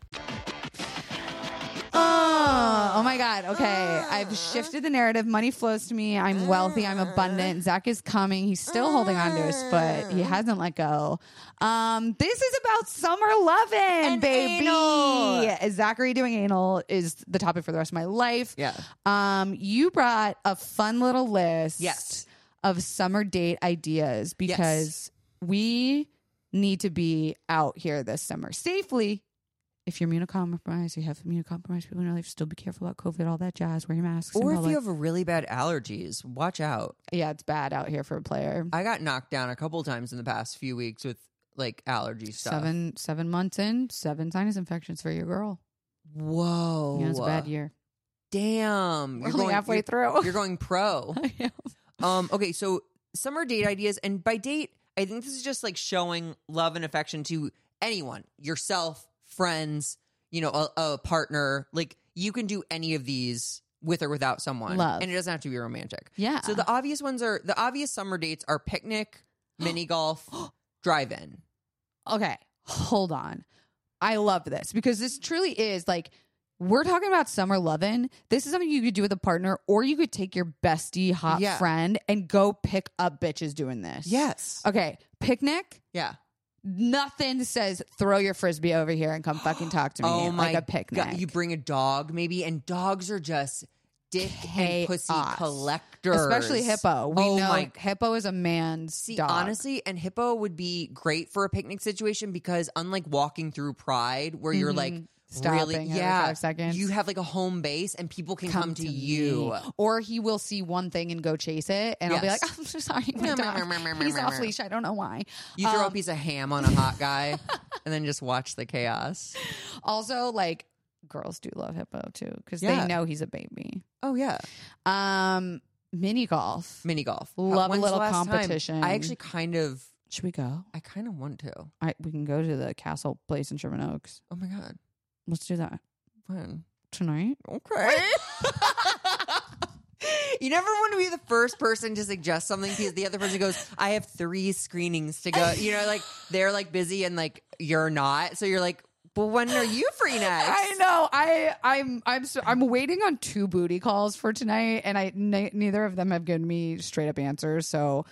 A: oh my God. Okay.
B: Ah.
A: I've shifted the narrative. Money flows to me. I'm wealthy. I'm abundant. Zach is coming. He's still holding on to his foot.
B: Ah.
A: He hasn't let go. Um, this is about summer loving, baby. Zachary doing anal is the topic for the rest of my life.
B: Yeah.
A: Um, you brought a fun little list
B: Yes.
A: of summer date ideas because we need to be out here this summer safely. If you're immunocompromised, you have immunocompromised people in your life, still be careful about COVID, all that jazz, wear your masks. in
B: Or if
A: public.
B: you have really bad allergies, watch out.
A: yeah, it's bad out here for a player.
B: I got knocked down a couple times in the past few weeks with like allergy stuff.
A: Seven seven months in, seven sinus infections for your girl.
B: Whoa.
A: Yeah, it's a bad year.
B: Damn.
A: We're only halfway
B: you're-
A: through.
B: You're going pro. um, okay, so summer date ideas. And by date, I think this is just like showing love and affection to anyone, yourself, friends, you know, a, a partner. Like you can do any of these with or without someone.
A: Love.
B: And it doesn't have to be romantic.
A: Yeah.
B: So the obvious ones are the obvious summer dates are picnic, mini golf, drive in.
A: okay, hold on. I love this because this truly is like we're talking about summer loving. This is something you could do with a partner, or you could take your bestie hot
B: Yeah.
A: friend and go pick up bitches doing this.
B: Yes.
A: Okay, picnic.
B: Yeah.
A: Nothing says throw your frisbee over here and come fucking talk to me
B: Oh my
A: like a picnic.
B: God. You bring a dog maybe, and dogs are just dick and pussy
A: Chaos.
B: collectors.
A: Especially hippo. We
B: oh
A: know
B: my
A: hippo is a man's
B: See,
A: dog.
B: honestly, and hippo would be great for a picnic situation because unlike walking through Pride, where you're like
A: Mm-hmm. Stopping
B: really,
A: every
B: yeah,
A: five seconds.
B: you have like a home base and people can come, to,
A: me.
B: you.
A: Or he will see one thing and go chase it, and I'll be
B: Yes.
A: like, "I'm so sorry, my dog. he's off leash. I don't know why."
B: You throw
A: Um,
B: a piece of ham on a hot guy, and then just watch the chaos.
A: Also, like girls do love hippo too because
B: Yeah.
A: they know he's a baby.
B: Oh yeah,
A: Um, mini golf.
B: mini golf.
A: Love a
B: When's the
A: little
B: last time?
A: competition.
B: I actually kind of,
A: Should we go?
B: I kind of want to. Oh
A: I, we can go to the castle place in Sherman Oaks.
B: my god,
A: Let's do that
B: fun.
A: tonight.
B: Okay. you never want to be the first person to suggest something because the other person goes, I have three screenings to go. You know, like they're like busy and like you're not. So you're like, well, when are you free next?
A: I know. I I'm I'm so, I'm waiting on two booty calls for tonight, and I ne- neither of them have given me straight up answers. So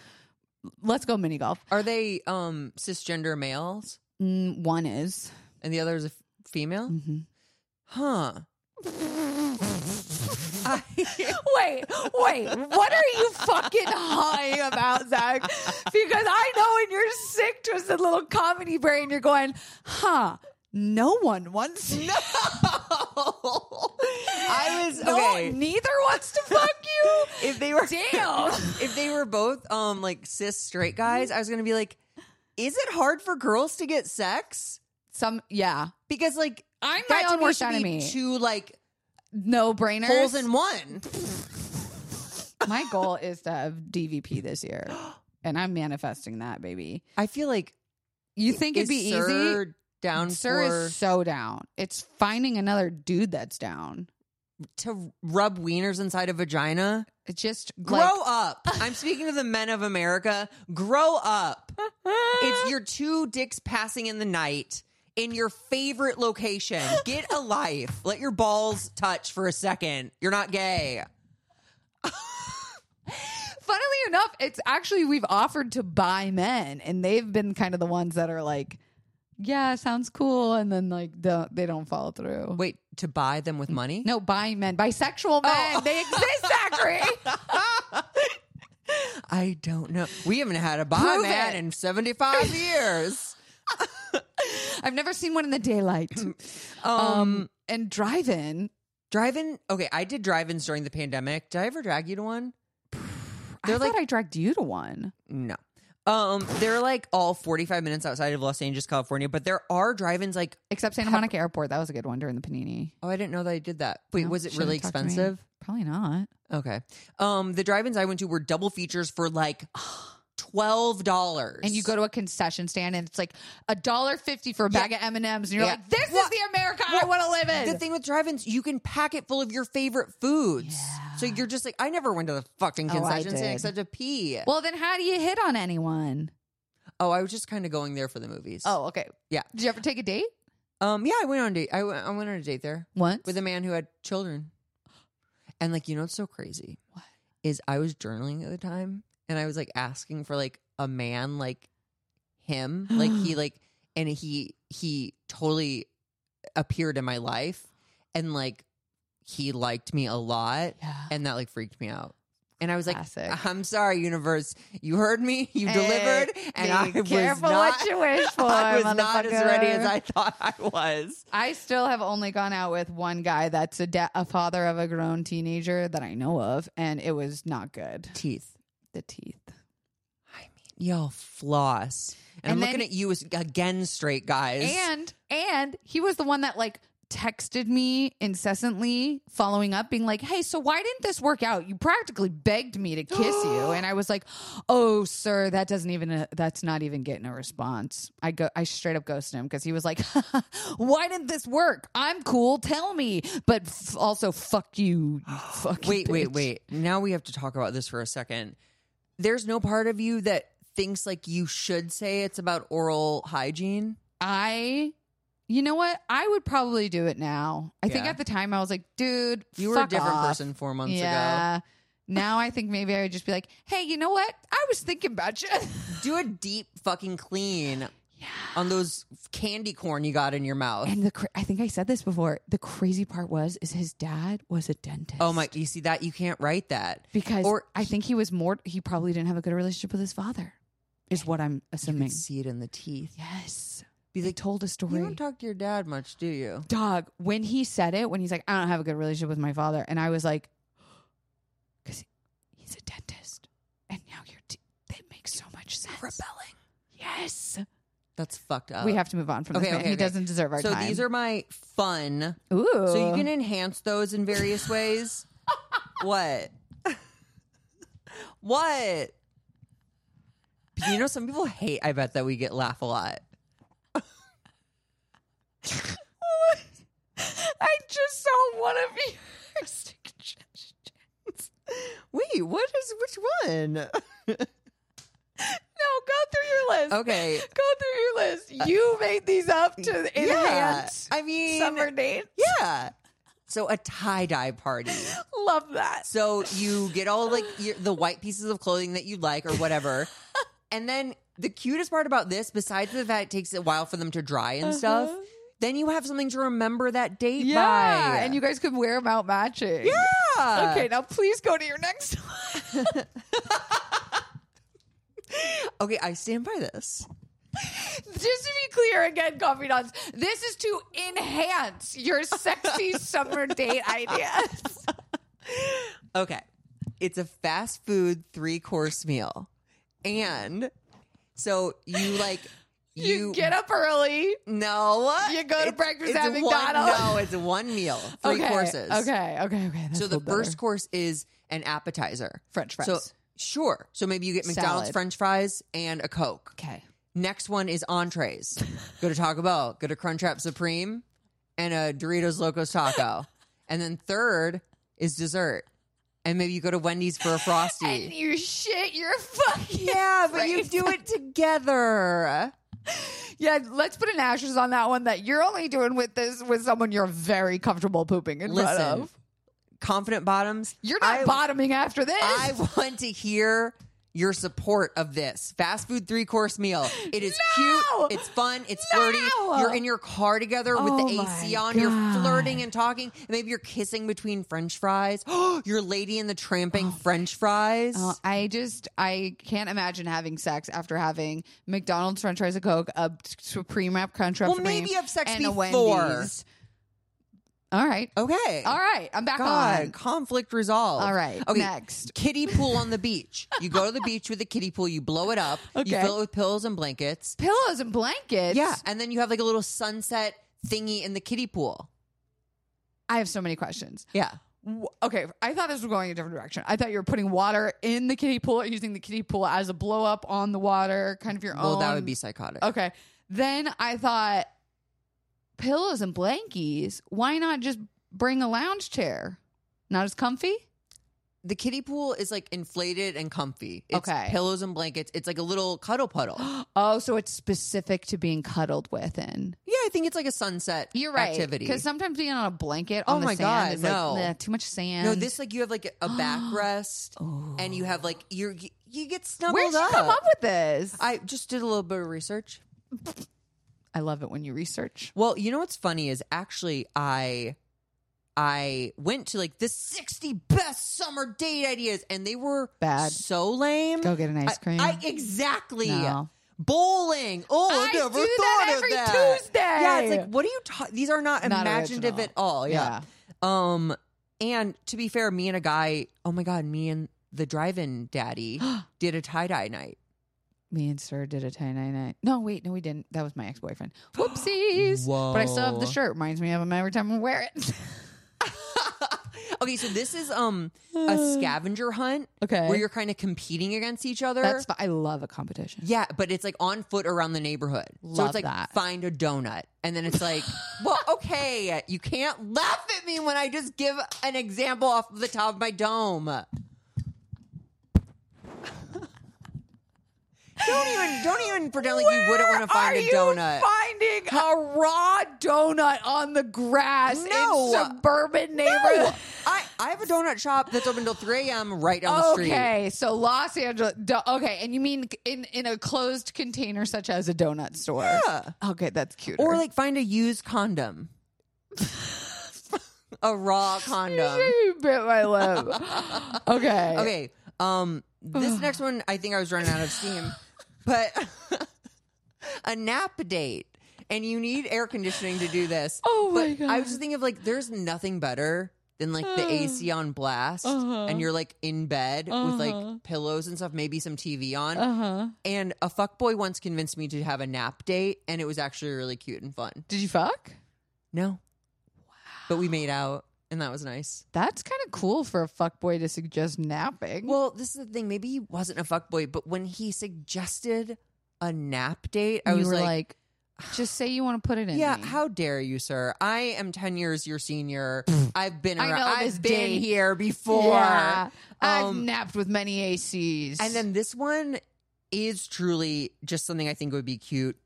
A: let's go mini golf.
B: Are they um cisgender males
A: Mm, One is
B: and the other is a f- female? Huh. I-
A: Wait, wait. What are you fucking high about, Zach? Because I know in your sick, twisted little comedy brain, you're going, huh? No one wants. No,
B: I was okay.
A: neither wants to fuck you.
B: if they were
A: Damn.
B: if they were both um like cis straight guys, I was gonna be like, is it hard for girls to get sex?
A: Some, yeah,
B: Because like
A: I'm my
B: that to
A: own
B: me
A: worst
B: should be
A: enemy.
B: Two like
A: no brainers.
B: holes in one.
A: my goal is to have DVP this year, and I'm manifesting that, baby.
B: I feel like
A: You think it'd
B: is
A: be
B: Sir Down
A: easy? Sir
B: for-
A: is so down. It's finding another dude that's down.
B: to rub wieners inside a vagina.
A: It just
B: Grow
A: like,
B: up. I'm speaking to the men of America. Grow up. it's your two dicks passing in the night in your favorite location. Get a life. Let your balls touch for a second. You're not gay.
A: Funnily enough, it's actually we've offered to buy men, and they've been kind of the ones that are like, "Yeah, sounds cool," and then like don't they don't follow through. Oh.
B: Wait, to buy them with money?
A: No, buy men, bisexual men, they exist, Zachary.
B: I don't know. We haven't had a buy
A: Prove
B: man
A: it.
B: in 75 years.
A: I've never seen one in the daylight. um, and drive-in.
B: Drive-in. Okay, I did drive-ins during the pandemic. Did I ever drag you to one? They're
A: I
B: like
A: thought I dragged you to one.
B: no. Um, they're like all 45 minutes outside of Los Angeles, California, but there are drive-ins like,
A: Except Santa Monica Airport, that was a good one during the panini.
B: oh, I didn't know that I did that. Wait,
A: No,
B: was it
A: should've
B: really
A: Oh, talked to me.
B: expensive?
A: Probably not.
B: Okay. Um, the drive-ins I went to were double features for like $12.
A: And you go to a concession stand, and it's like a dollar fifty for a bag of M and M's, and you're
B: Yeah.
A: like, "This is
B: What-
A: the America I
B: what-
A: want to live in."
B: the thing with drive-ins, you can pack it full of your favorite foods. So you're just like, I never went to the fucking
A: Oh, I
B: concession
A: did.
B: stand except to pee.
A: Well, then how do you hit on anyone?
B: oh, I was just kind of going there for the movies.
A: Oh, okay.
B: Yeah.
A: Did you ever take a date?
B: Um, yeah, I went on a date. I went, I went on a date there
A: Once?
B: with a man who had children. And like, you know what's so crazy? What? Is I was journaling the other time and I was like asking for like a man like him. Like he like and he he totally appeared in my life and like he liked me a lot
C: Yeah.
B: and that like freaked me out. And I was like,
C: Classic.
B: I'm sorry, universe. You heard me, you delivered, and I
C: be
B: was
C: careful
B: not,
C: what you wish for,
B: I was not as
C: motherfucker.
B: ready as I thought I was.
C: I still have only gone out with one guy that's a, da- a father of a grown teenager that I know of, and it was not good.
B: Teeth.
C: The teeth.
B: I mean, y'all floss. And, I'm
C: And
B: looking
C: then-
B: at you as again, straight guys.
C: And and he was the one that like texted me incessantly following up being like, "Hey, so why didn't this work out? You practically begged me to kiss you." And I was like, "Oh, sir, that doesn't even uh, that's not even getting a response." I go I straight up ghosted him because he was like, "Why didn't this work? I'm cool, tell me." But f- also fuck you, you fucking
B: wait, wait,
C: bitch.
B: wait. Now we have to talk about this for a second. There's no part of you that thinks like you should say it's about oral hygiene.
C: I you know what? I would probably do it now. I think
B: Yeah.
C: at the time I was like, dude,
B: You were a
C: fuck
B: different
C: off.
B: person four months ago.
C: Now I think maybe I would just be like, hey, you know what? I was thinking about you.
B: Do a deep fucking clean on those candy corn you got in your mouth.
C: and the cra- I think I said this before. The crazy part was is his dad was a dentist.
B: Oh my! You see that? You can't write that
C: Because
B: or
C: I think he was more. He probably didn't have a good relationship with his father. Is what I'm assuming.
B: see it in the teeth.
C: Yes.
B: Be
C: They
B: like,
C: told a story.
B: you don't talk to your dad much, do you?
C: dog when he said it when he's like i don't have a good relationship with my father and i was like because he's a dentist and now you're t- that makes so much sense rebelling yes
B: That's fucked up.
C: we have to move on from this man. he doesn't deserve our
B: so
C: time
B: these are my fun.
C: ooh
B: So you can enhance those in various ways. what? what? You know, some people hate. I bet that we get laugh a lot.
C: i just saw one of your suggestions
B: Wait, what is which one?
C: no go through your list
B: Okay.
C: go through your list you made these up to enhance
B: I mean,
C: summer dates
B: yeah. So a tie dye party.
C: love that
B: So you get all like your, the white pieces of clothing that you like or whatever. And then the cutest part about this, besides the fact it takes a while for them to dry and stuff, then you have something to remember that date
C: Uh-huh. yeah
B: by. Ah.
C: and you guys could wear them out matching yeah
B: Yeah.
C: Okay, now please go to your next one.
B: Okay, I stand by this.
C: Just to be clear again, coffee dots, this is to enhance your sexy summer date ideas.
B: Okay. It's a fast food three course meal. And so you like
C: You,
B: you,
C: get up early.
B: no
C: you go to breakfast at
B: one,
C: McDonald's.
B: No, it's one meal, three
C: okay.
B: courses.
C: Okay, okay, okay. that's
B: So
C: a
B: the
C: little
B: first
C: better.
B: course is an appetizer.
C: French fries.
B: So sure. So maybe you get McDonald's
C: Salad.
B: French fries and a Coke.
C: okay.
B: Next one is entrees. go to Taco Bell, go to Crunchwrap Supreme, and a Doritos Locos Taco. and then third is dessert. And maybe you go to Wendy's for a Frosty.
C: And you shit your fucking.
B: yeah, but you
C: brains
B: do it together.
C: Yeah, let's put an ashes on that one that you're only doing with this with someone you're very comfortable pooping in front
B: Listen,
C: of.
B: confident bottoms.
C: You're not
B: I-
C: bottoming after this.
B: I want to hear your support of this fast food three course meal. It is
C: No!
B: cute. It's fun. It's
C: No!
B: flirty. You're in your car together
C: Oh
B: with the AC
C: my
B: on. You're
C: God.
B: flirting and talking. And maybe you're kissing between French fries. your lady in the tramping
C: Oh.
B: French fries.
C: Uh, I just I can't imagine having sex after having McDonald's French fries, a Coke, a Supreme Wrap Crunch Wrap
B: well,
C: Supreme,
B: maybe you have sex
C: and a
B: before.
C: Wendy's. All right,
B: Okay.
C: all right, I'm back
B: God,
C: on.
B: conflict resolved.
C: All right,
B: Okay.
C: next.
B: Kiddie pool on the beach. You go to the beach with a kiddie pool. You blow it up. You
C: Okay.
B: fill it with pillows and blankets.
C: Pillows and blankets.
B: Yeah, and then you have like a little sunset thingy in the kiddie pool.
C: I have so many questions.
B: Yeah.
C: W- Okay, I thought this was going a different direction. I thought you were putting water in the kiddie pool, or using the kiddie pool as a blow up on the water, kind of your
B: Well,
C: own.
B: that would be psychotic.
C: Um, Okay. Then I thought pillows and blankies. Why not just bring a lounge chair? Not as comfy.
B: the kiddie pool is like inflated and comfy. It's
C: Okay.
B: pillows and blankets. It's like a little cuddle puddle. yeah,
C: Oh, so it's specific to being cuddled with and
B: I think it's like a sunset
C: You're right.
B: activity.
C: Because sometimes being on a blanket
B: Oh
C: on the
B: my
C: sand
B: God,
C: is
B: no.
C: like "Bleh, too much sand.
B: no, this like you have like a backrest and you have like you you get snuggled
C: Where did Oh. you
B: up.
C: come up with this? I,
B: I just did a little bit of research.
C: love it when you research.
B: Well, you know what's funny is actually I I went to like the 60 best summer date ideas and they were
C: Bad.
B: so lame.
C: Go get an ice cream.
B: I, I- exactly.
C: No.
B: Bowling. Oh, I,
C: I
B: never
C: do
B: thought
C: that
B: of
C: every
B: that.
C: Tuesday.
B: Yeah, it's like what are you talking? These are not,
C: Not
B: imaginative
C: original.
B: at all. Yeah. Um, and to be fair, me and a guy. Oh my god, me and the drive-in daddy did a tie dye night.
C: Me and Sir did a tie night night. No, wait, no, we didn't. That was my ex boyfriend. Whoopsies. But I still have the
B: Whoa.
C: shirt. Reminds me of him every time I wear it.
B: okay, so this is um a scavenger hunt.
C: Okay.
B: where you're kind of competing against each other.
C: That's fi- I love a competition.
B: Yeah, but it's like on foot around the neighborhood. so
C: Love
B: it's like
C: that.
B: find a donut. And then it's like, well, okay, you can't laugh at me when I just give an example off the top of my dome. don't even don't even pretend like you wouldn't want to
C: Are
B: find a
C: you
B: donut.
C: Finding a raw donut on the grass
B: No.
C: in suburban neighborhood.
B: No, I, I have a donut shop that's open till 3 a.m. right down the street.
C: Okay, so Los Angeles. do- okay, and you mean in in a closed container such as a donut store?
B: Yeah.
C: Okay, that's cute.
B: Or like find a used condom. a raw condom.
C: you bit my lip. okay.
B: Okay. Um this next one I think I was running out of steam. But a nap date. And you need air conditioning to do this.
C: Oh my
B: but I
C: God.
B: was just thinking of like there's nothing better than like the AC
C: Uh-huh.
B: on blast and you're like in bed with like pillows and stuff, maybe some TV on.
C: Uh-huh.
B: And a fuckboy once convinced me to have a nap date and it was actually really cute and fun.
C: Did you fuck?
B: No. But we made out and that was nice.
C: That's kind of cool for a fuckboy to suggest napping.
B: Well, this is the thing. Maybe he wasn't a fuckboy, but when he suggested a nap date, I
C: you
B: was
C: were
B: like,
C: like, just say you want to put it in.
B: yeah,
C: me.
B: how dare you, sir? I am 10 years your senior. I've been
C: I
B: around.
C: know
B: I've
C: this
B: been
C: date.
B: here before.
C: Yeah. I've
B: Um,
C: napped with many ACs.
B: And then this one is truly just something I think would be cute.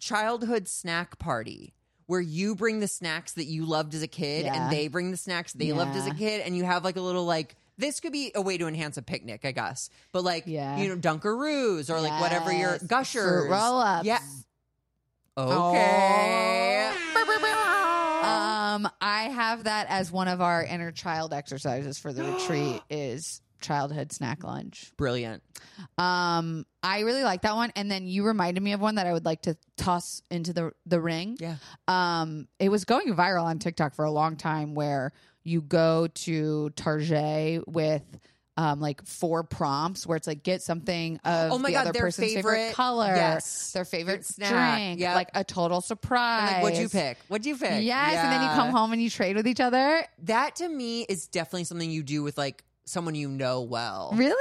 B: Childhood snack party. Where you bring the snacks that you loved as a kid
C: Yeah.
B: and they bring the snacks they loved as a
C: Yeah.
B: kid and you have like a little like this could be a way to enhance a picnic, I guess. But like
C: Yeah.
B: you know, Dunkaroos or like whatever your
C: Yes.
B: gushers.
C: Fruit roll-ups.
B: Yeah. Okay.
C: Um, I have that as one of our inner child exercises for the retreat is childhood snack lunch.
B: Brilliant.
C: Um, I really like that one. And then you reminded me of one that I would like to toss into the the ring.
B: Yeah.
C: Um, it was going viral on TikTok for a long time where you go to Target with um, like four prompts where it's like get something of
B: Oh my
C: the
B: God,
C: other
B: their
C: person's favorite,
B: favorite-
C: color,
B: yes.
C: their favorite
B: snack,
C: drink,
B: yep.
C: like a total
B: And,
C: surprise.
B: like what'd you pick? What'd you pick?
C: Yes, and then you come
B: Yeah.
C: home and you trade with each other.
B: That to me is definitely something you do with like someone you know well.
C: Really?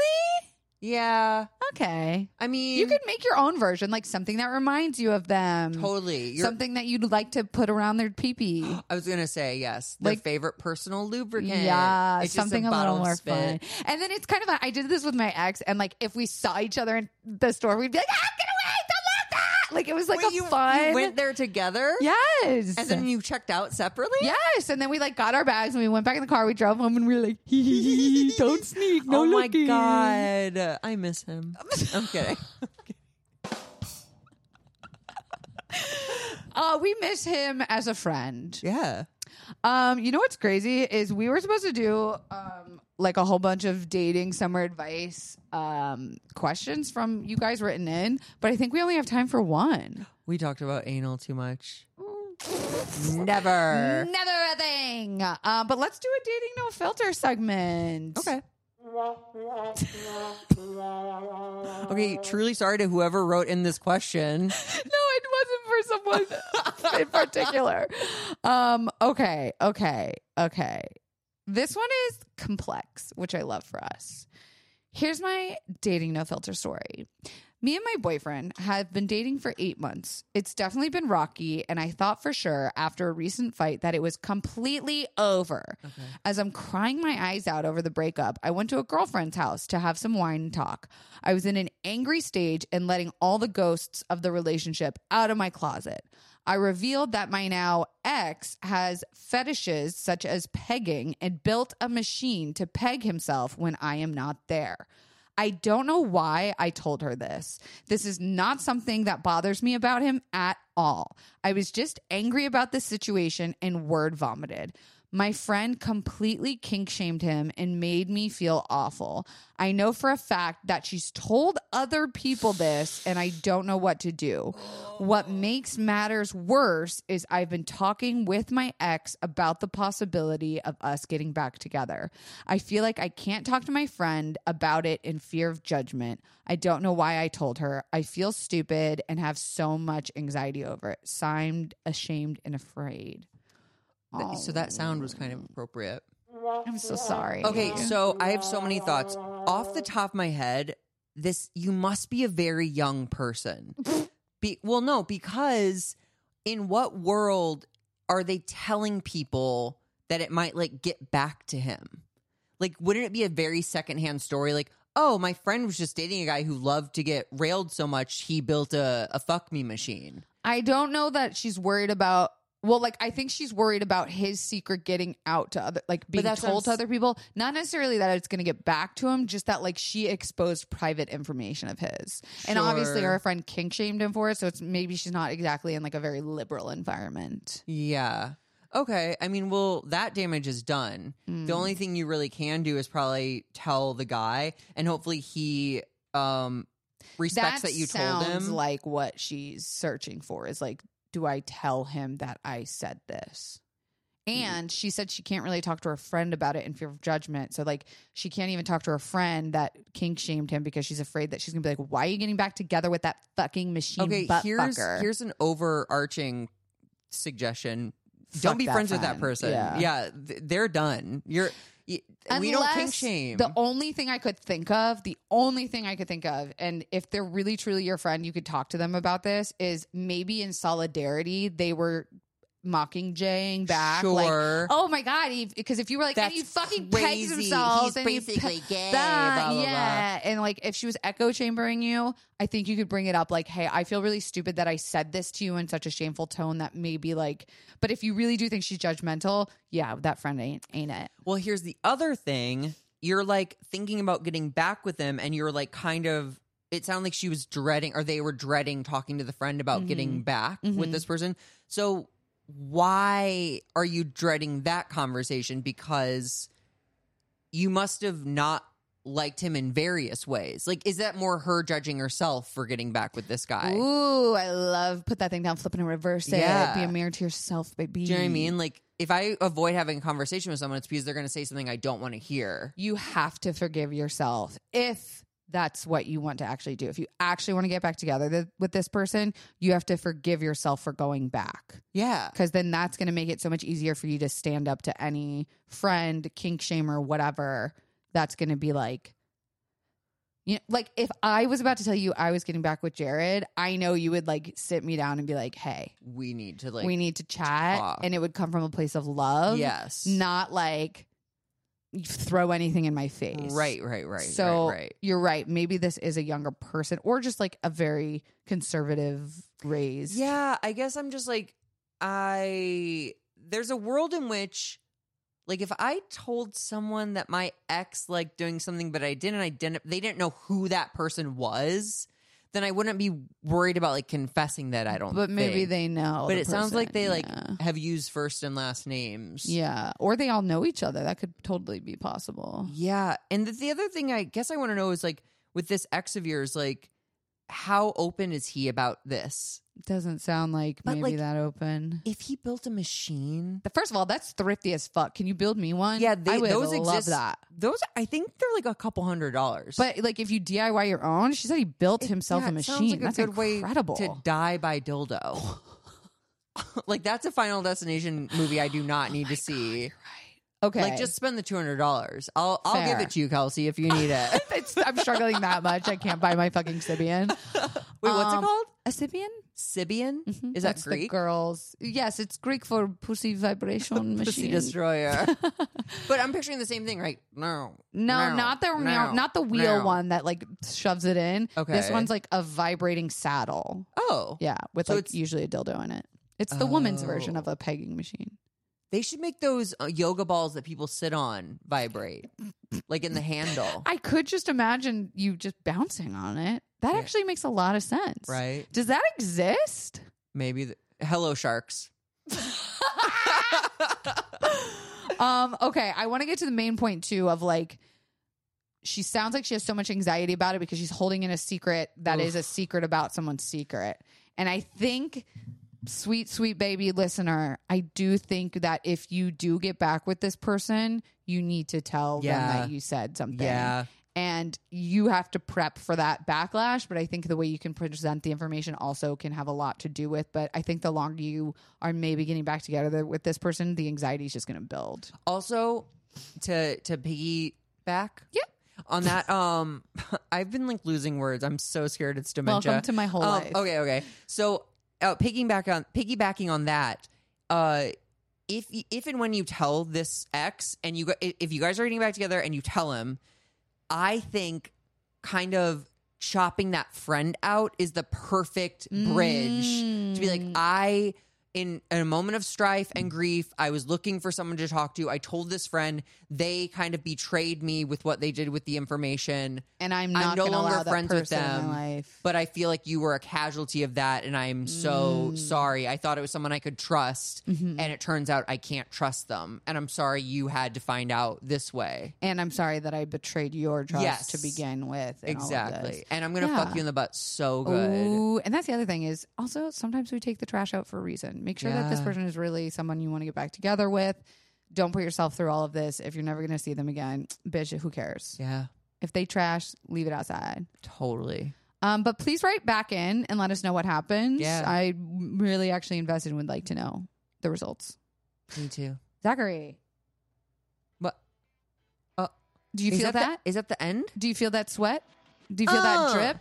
B: Yeah.
C: Okay.
B: I mean,
C: You could make your own version, like something that reminds you of them.
B: totally. You're,
C: something that you'd like to put around their pee pee.
B: I was gonna say yes. Their
C: Like-
B: favorite personal lubricant.
C: Yeah,
B: It's just
C: something a,
B: bottle
C: little
B: of
C: more
B: spit.
C: fun. And then it's kind of, a- I did this with my ex, and like if we saw each other in the store, we'd be like, ah, get away, don't look at that. Like it was like
B: Wait,
C: a
B: you,
C: fun.
B: you went there together.
C: yes.
B: and then you checked out separately.
C: Yes, and then we like got our bags and we went back in the car. We drove home and we were like, hee, hee, hee, hee, "Don't sneak, no
B: oh
C: looking."
B: my god, I miss him. I'm kidding.
C: Uh, we miss him as a friend.
B: Yeah.
C: Um, you know what's crazy is we were supposed to do um like a whole bunch of dating summer advice um questions from you guys written in, but I think we only have time for one.
B: We talked about anal too much.
C: Mm.
B: Never.
C: Never a thing. Uh, but let's do a dating no filter segment.
B: Okay. okay, truly sorry to whoever wrote in this question.
C: No, it wasn't for someone in particular. Um, okay, okay, okay. This one is complex, which I love for us. Here's my dating no filter story. Me and my boyfriend have been dating for eight months. It's definitely been rocky, and I thought for sure after a recent fight that it was completely over. As I'm crying my eyes out over the breakup, I went to a girlfriend's house to have some wine and talk. I was in an angry stage and letting all the ghosts of the relationship out of my closet. I revealed that my now ex has fetishes such as pegging and built a machine to peg himself when I am not there. I don't know why I told her this. This is not something that bothers me about him at all. I was just angry about the situation and word vomited. My friend completely kink shamed him and made me feel awful. I know for a fact that she's told other people this and I don't know what to do. What makes matters worse is I've been talking with my ex about the possibility of us getting back together. I feel like I can't talk to my friend about it in fear of judgment. I don't know why I told her. I feel stupid and have so much anxiety over it. Signed, ashamed, and afraid. Oh,
B: Th- So that sound was kind of appropriate.
C: I'm so sorry.
B: Okay, so I have so many thoughts. Off the top of my head, this you must be a very young person. Be, well, no, because in what world are they telling people that it might like get back to him? Like, wouldn't it be a very secondhand story? Like, oh, my friend was just dating a guy who loved to get railed so much he built a, a fuck me machine.
C: I don't know that she's worried about. Well, like I think she's worried about his secret getting out to other, like being
B: that's what I'm
C: told to
B: s-
C: other people. Not necessarily that it's going to get back to him, just that like she exposed private information of his, and obviously
B: Sure.
C: her friend kink shamed him for it. So it's maybe she's not exactly in like a very liberal environment.
B: Yeah. Okay. I mean, well, that damage is done.
C: Hmm.
B: The
C: Mm.
B: only thing you really can do is probably tell the guy, and hopefully he um respects that, you told
C: sounds
B: him.
C: like what she's searching for is like, do I tell him that I said this?
B: Mm-hmm.
C: And she said she can't really talk to her friend about it in fear of judgment. So like she can't even talk to her friend that kink shamed him because she's afraid that she's gonna be like, Why are you getting back together with that fucking machine
B: okay.
C: butt
B: Here's
C: fucker?
B: here's an overarching suggestion.
C: Fuck
B: Don't be
C: that
B: friends with that
C: friend.
B: person.
C: Yeah.
B: Yeah, th- they're done. You're. Y- we don't kink
C: Unless
B: shame.
C: The only thing I could think of, the only thing I could think of, and if they're really truly your friend, you could talk to them about this, is maybe in solidarity they were mocking Jaying back.
B: Sure.
C: Like, oh my God. Because if you were like, and
B: That's
C: he fucking pegs
B: crazy.
C: himself.
B: He's
C: and he pe-
B: basically gay,
C: that,
B: blah, blah, blah.
C: yeah. And like if she was echo chambering you, I think you could bring it up like, hey, I feel really stupid that I said this to you in such a shameful tone that maybe like, but if you really do think she's judgmental, yeah, that friend ain't, ain't it.
B: Well, here's the other thing. You're like thinking about getting back with them, and you're like kind of. It sounded like she was dreading, or they were dreading talking to the friend about getting back with this person. So, why are you dreading that conversation? Because you must have not liked him in various ways. Like, is that more her judging herself for getting back with this guy?
C: Ooh, I love put that thing down, flip it and reverse it.
B: Yeah.
C: Be a mirror to yourself, baby.
B: Do you know what I mean? Like, if I avoid having a conversation with someone, it's because they're going to say something I don't want to hear.
C: You have to forgive yourself if that's what you want to actually do. If you actually want to get back together th- with this person, you have to forgive yourself for going back.
B: Yeah.
C: Because then that's going to make it so much easier for you to stand up to any friend, kink shamer, whatever. That's going to be like, you know, like if I was about to tell you I was getting back with Jared, I know you would like sit me down and be like, hey,
B: We need to, like,
C: we need to chat
B: talk.
C: and it would come from a place of love
B: Yes.
C: not like you throw anything in my face
B: Right, right, right.
C: so
B: right, right.
C: you're right maybe this is a younger person or just like a very conservative raised
B: Yeah, I guess I'm just like I there's a world in which like if I told someone that my ex liked doing something but I didn't identi- they didn't know who that person was, then I wouldn't be worried about like confessing that I don't
C: but maybe
B: think.
C: they know
B: But
C: the
B: it sounds like
C: person.
B: they like
C: yeah.
B: have used first and last names.
C: yeah or they all know each other that could totally be possible
B: Yeah. And the, the other thing I guess I want to know is like with this ex of yours like how open is he about this?
C: doesn't sound like
B: But,
C: maybe
B: like-
C: that open
B: If he built a machine
C: The- First of all, that's thrifty as fuck. Can you build me one?
B: Yeah, they,
C: I would
B: those
C: love
B: exist.
C: that.
B: Those I think they're like a couple hundred dollars.
C: But like, if you DIY your own, she said he built himself
B: Yeah,
C: a
B: it sounds
C: machine.
B: like a
C: That's
B: good way
C: incredible.
B: to die by dildo. like that's a Final Destination movie I do not need to see.
C: Right. Okay.
B: Like just spend the two hundred dollars. I'll I'll give
C: Fair.
B: it to you, Kelsey, if you need it.
C: It's, I'm struggling that much. I can't buy my fucking Sibian.
B: Wait, what's it
C: Um,
B: called?
C: A Sibian?
B: Sibian?
C: Mhm.
B: Is that
C: That's the
B: Greek?
C: girls? Yes, it's Greek for pussy vibration
B: Pussy
C: machine.
B: destroyer. but I'm picturing the same thing, right? No.
C: No, not the
B: no,
C: not the wheel
B: no.
C: one that like shoves it in. This
B: Okay.
C: one's like a vibrating saddle.
B: Oh.
C: Yeah, with
B: So
C: like
B: it's-
C: usually a dildo in it. It's the woman's version
B: Oh.
C: of a pegging machine.
B: They should make those uh, yoga balls that people sit on vibrate, like in the handle,
C: I could just imagine you just bouncing on it. That
B: Yeah.
C: actually makes a lot of sense.
B: right?
C: Does that exist?
B: Maybe. The- Hello, sharks.
C: um, okay, I want to get to the main point too of like she sounds like she has so much anxiety about it because she's holding in a secret that is a secret about someone's secret. And I think sweet sweet baby listener, I do think that if you do get back with this person, you need to tell them
B: Yeah.
C: that you said something.
B: Yeah.
C: And you have to prep for that backlash, but I think the way you can present the information also can have a lot to do with. But I think the longer you are maybe getting back together with this person, the anxiety is just going to build.
B: Also, to to piggyback.
C: Yep.
B: On that, um, I've been like losing words. I'm so scared it's dementia.
C: Welcome to my whole
B: Um,
C: life.
B: Okay, okay. So, uh, piggybacking on piggybacking on that, uh, if y- if and when you tell this ex and you gu- i- if you guys are getting back together and you tell him, I think kind of chopping that friend out is the perfect bridge to be like
C: Mm.
B: I. In a moment of strife and grief, I was looking for someone to talk to. I told this friend they kind of betrayed me with what they did with the information
C: And I'm not
B: no
C: going to
B: longer
C: allow that
B: friends
C: person
B: with
C: in
B: them.
C: my life.
B: but I feel like you were a casualty of that, and I'm so
C: Mm.
B: sorry. I thought it was someone I could trust,
C: Mm-hmm.
B: and it turns out I can't trust them, and I'm sorry you had to find out this way.
C: and I'm sorry that I betrayed your trust
B: Yes.
C: to begin with. and all of
B: exactly,
C: this.
B: and I'm gonna
C: Yeah.
B: fuck you in the butt so good.
C: Ooh, and that's the other thing is also sometimes we take the trash out for a reason. Make sure that this
B: Yeah.
C: person is really someone you want to get back together with. Don't put yourself through all of this. If you're never going to see them again, bitch, who cares?
B: Yeah,
C: If they trash, leave it outside.
B: totally.
C: Um, but please write back in and let us know what happens.
B: Yeah.
C: I really actually invested and would like to know the results.
B: Me too.
C: Zachary,
B: But uh,
C: do you
B: is
C: feel
B: that,
C: that?
B: The, is that the end?
C: Do you feel that sweat? Do you feel that
B: Oh.
C: drip?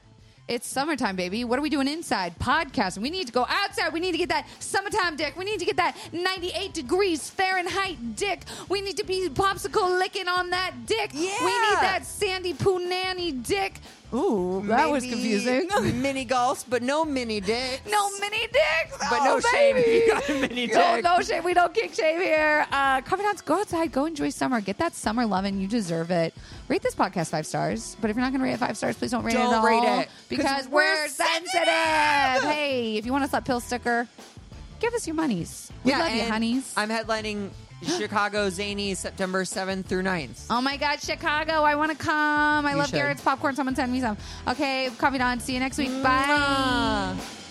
C: It's summertime, baby. What are we doing inside? Podcasting. We need to go outside. We need to get that summertime dick. We need to get that 98 degrees Fahrenheit dick. We need to be popsicle licking on that dick. We need
B: Yeah.
C: that Sandy Poonanny dick. Ooh, that was
B: Maybe
C: confusing.
B: mini golfs, but no mini dicks.
C: no mini dicks.
B: but
C: Oh,
B: no shame. if
C: baby.
B: You got a mini dick.
C: No, no shame. We don't kick shame here. Uh, confidants, go outside, go enjoy summer, get that summer loving. You deserve it. Rate this podcast five stars. But if you're not going to rate it five stars, please don't rate it
B: Don't
C: at
B: rate
C: all
B: it.
C: because
B: 'Cause
C: we're,
B: we're
C: sensitive. Hey, if you want us that pill sticker, give us your monies. We love you,
B: and
C: honeys.
B: I'm headlining Chicago Zanies September 7th through 9th.
C: Oh my God, Chicago! I want to come. I
B: You
C: love
B: should.
C: Garrett's popcorn. Someone send me some. Okay, confidants. See you next week. Bye.
B: Mwah.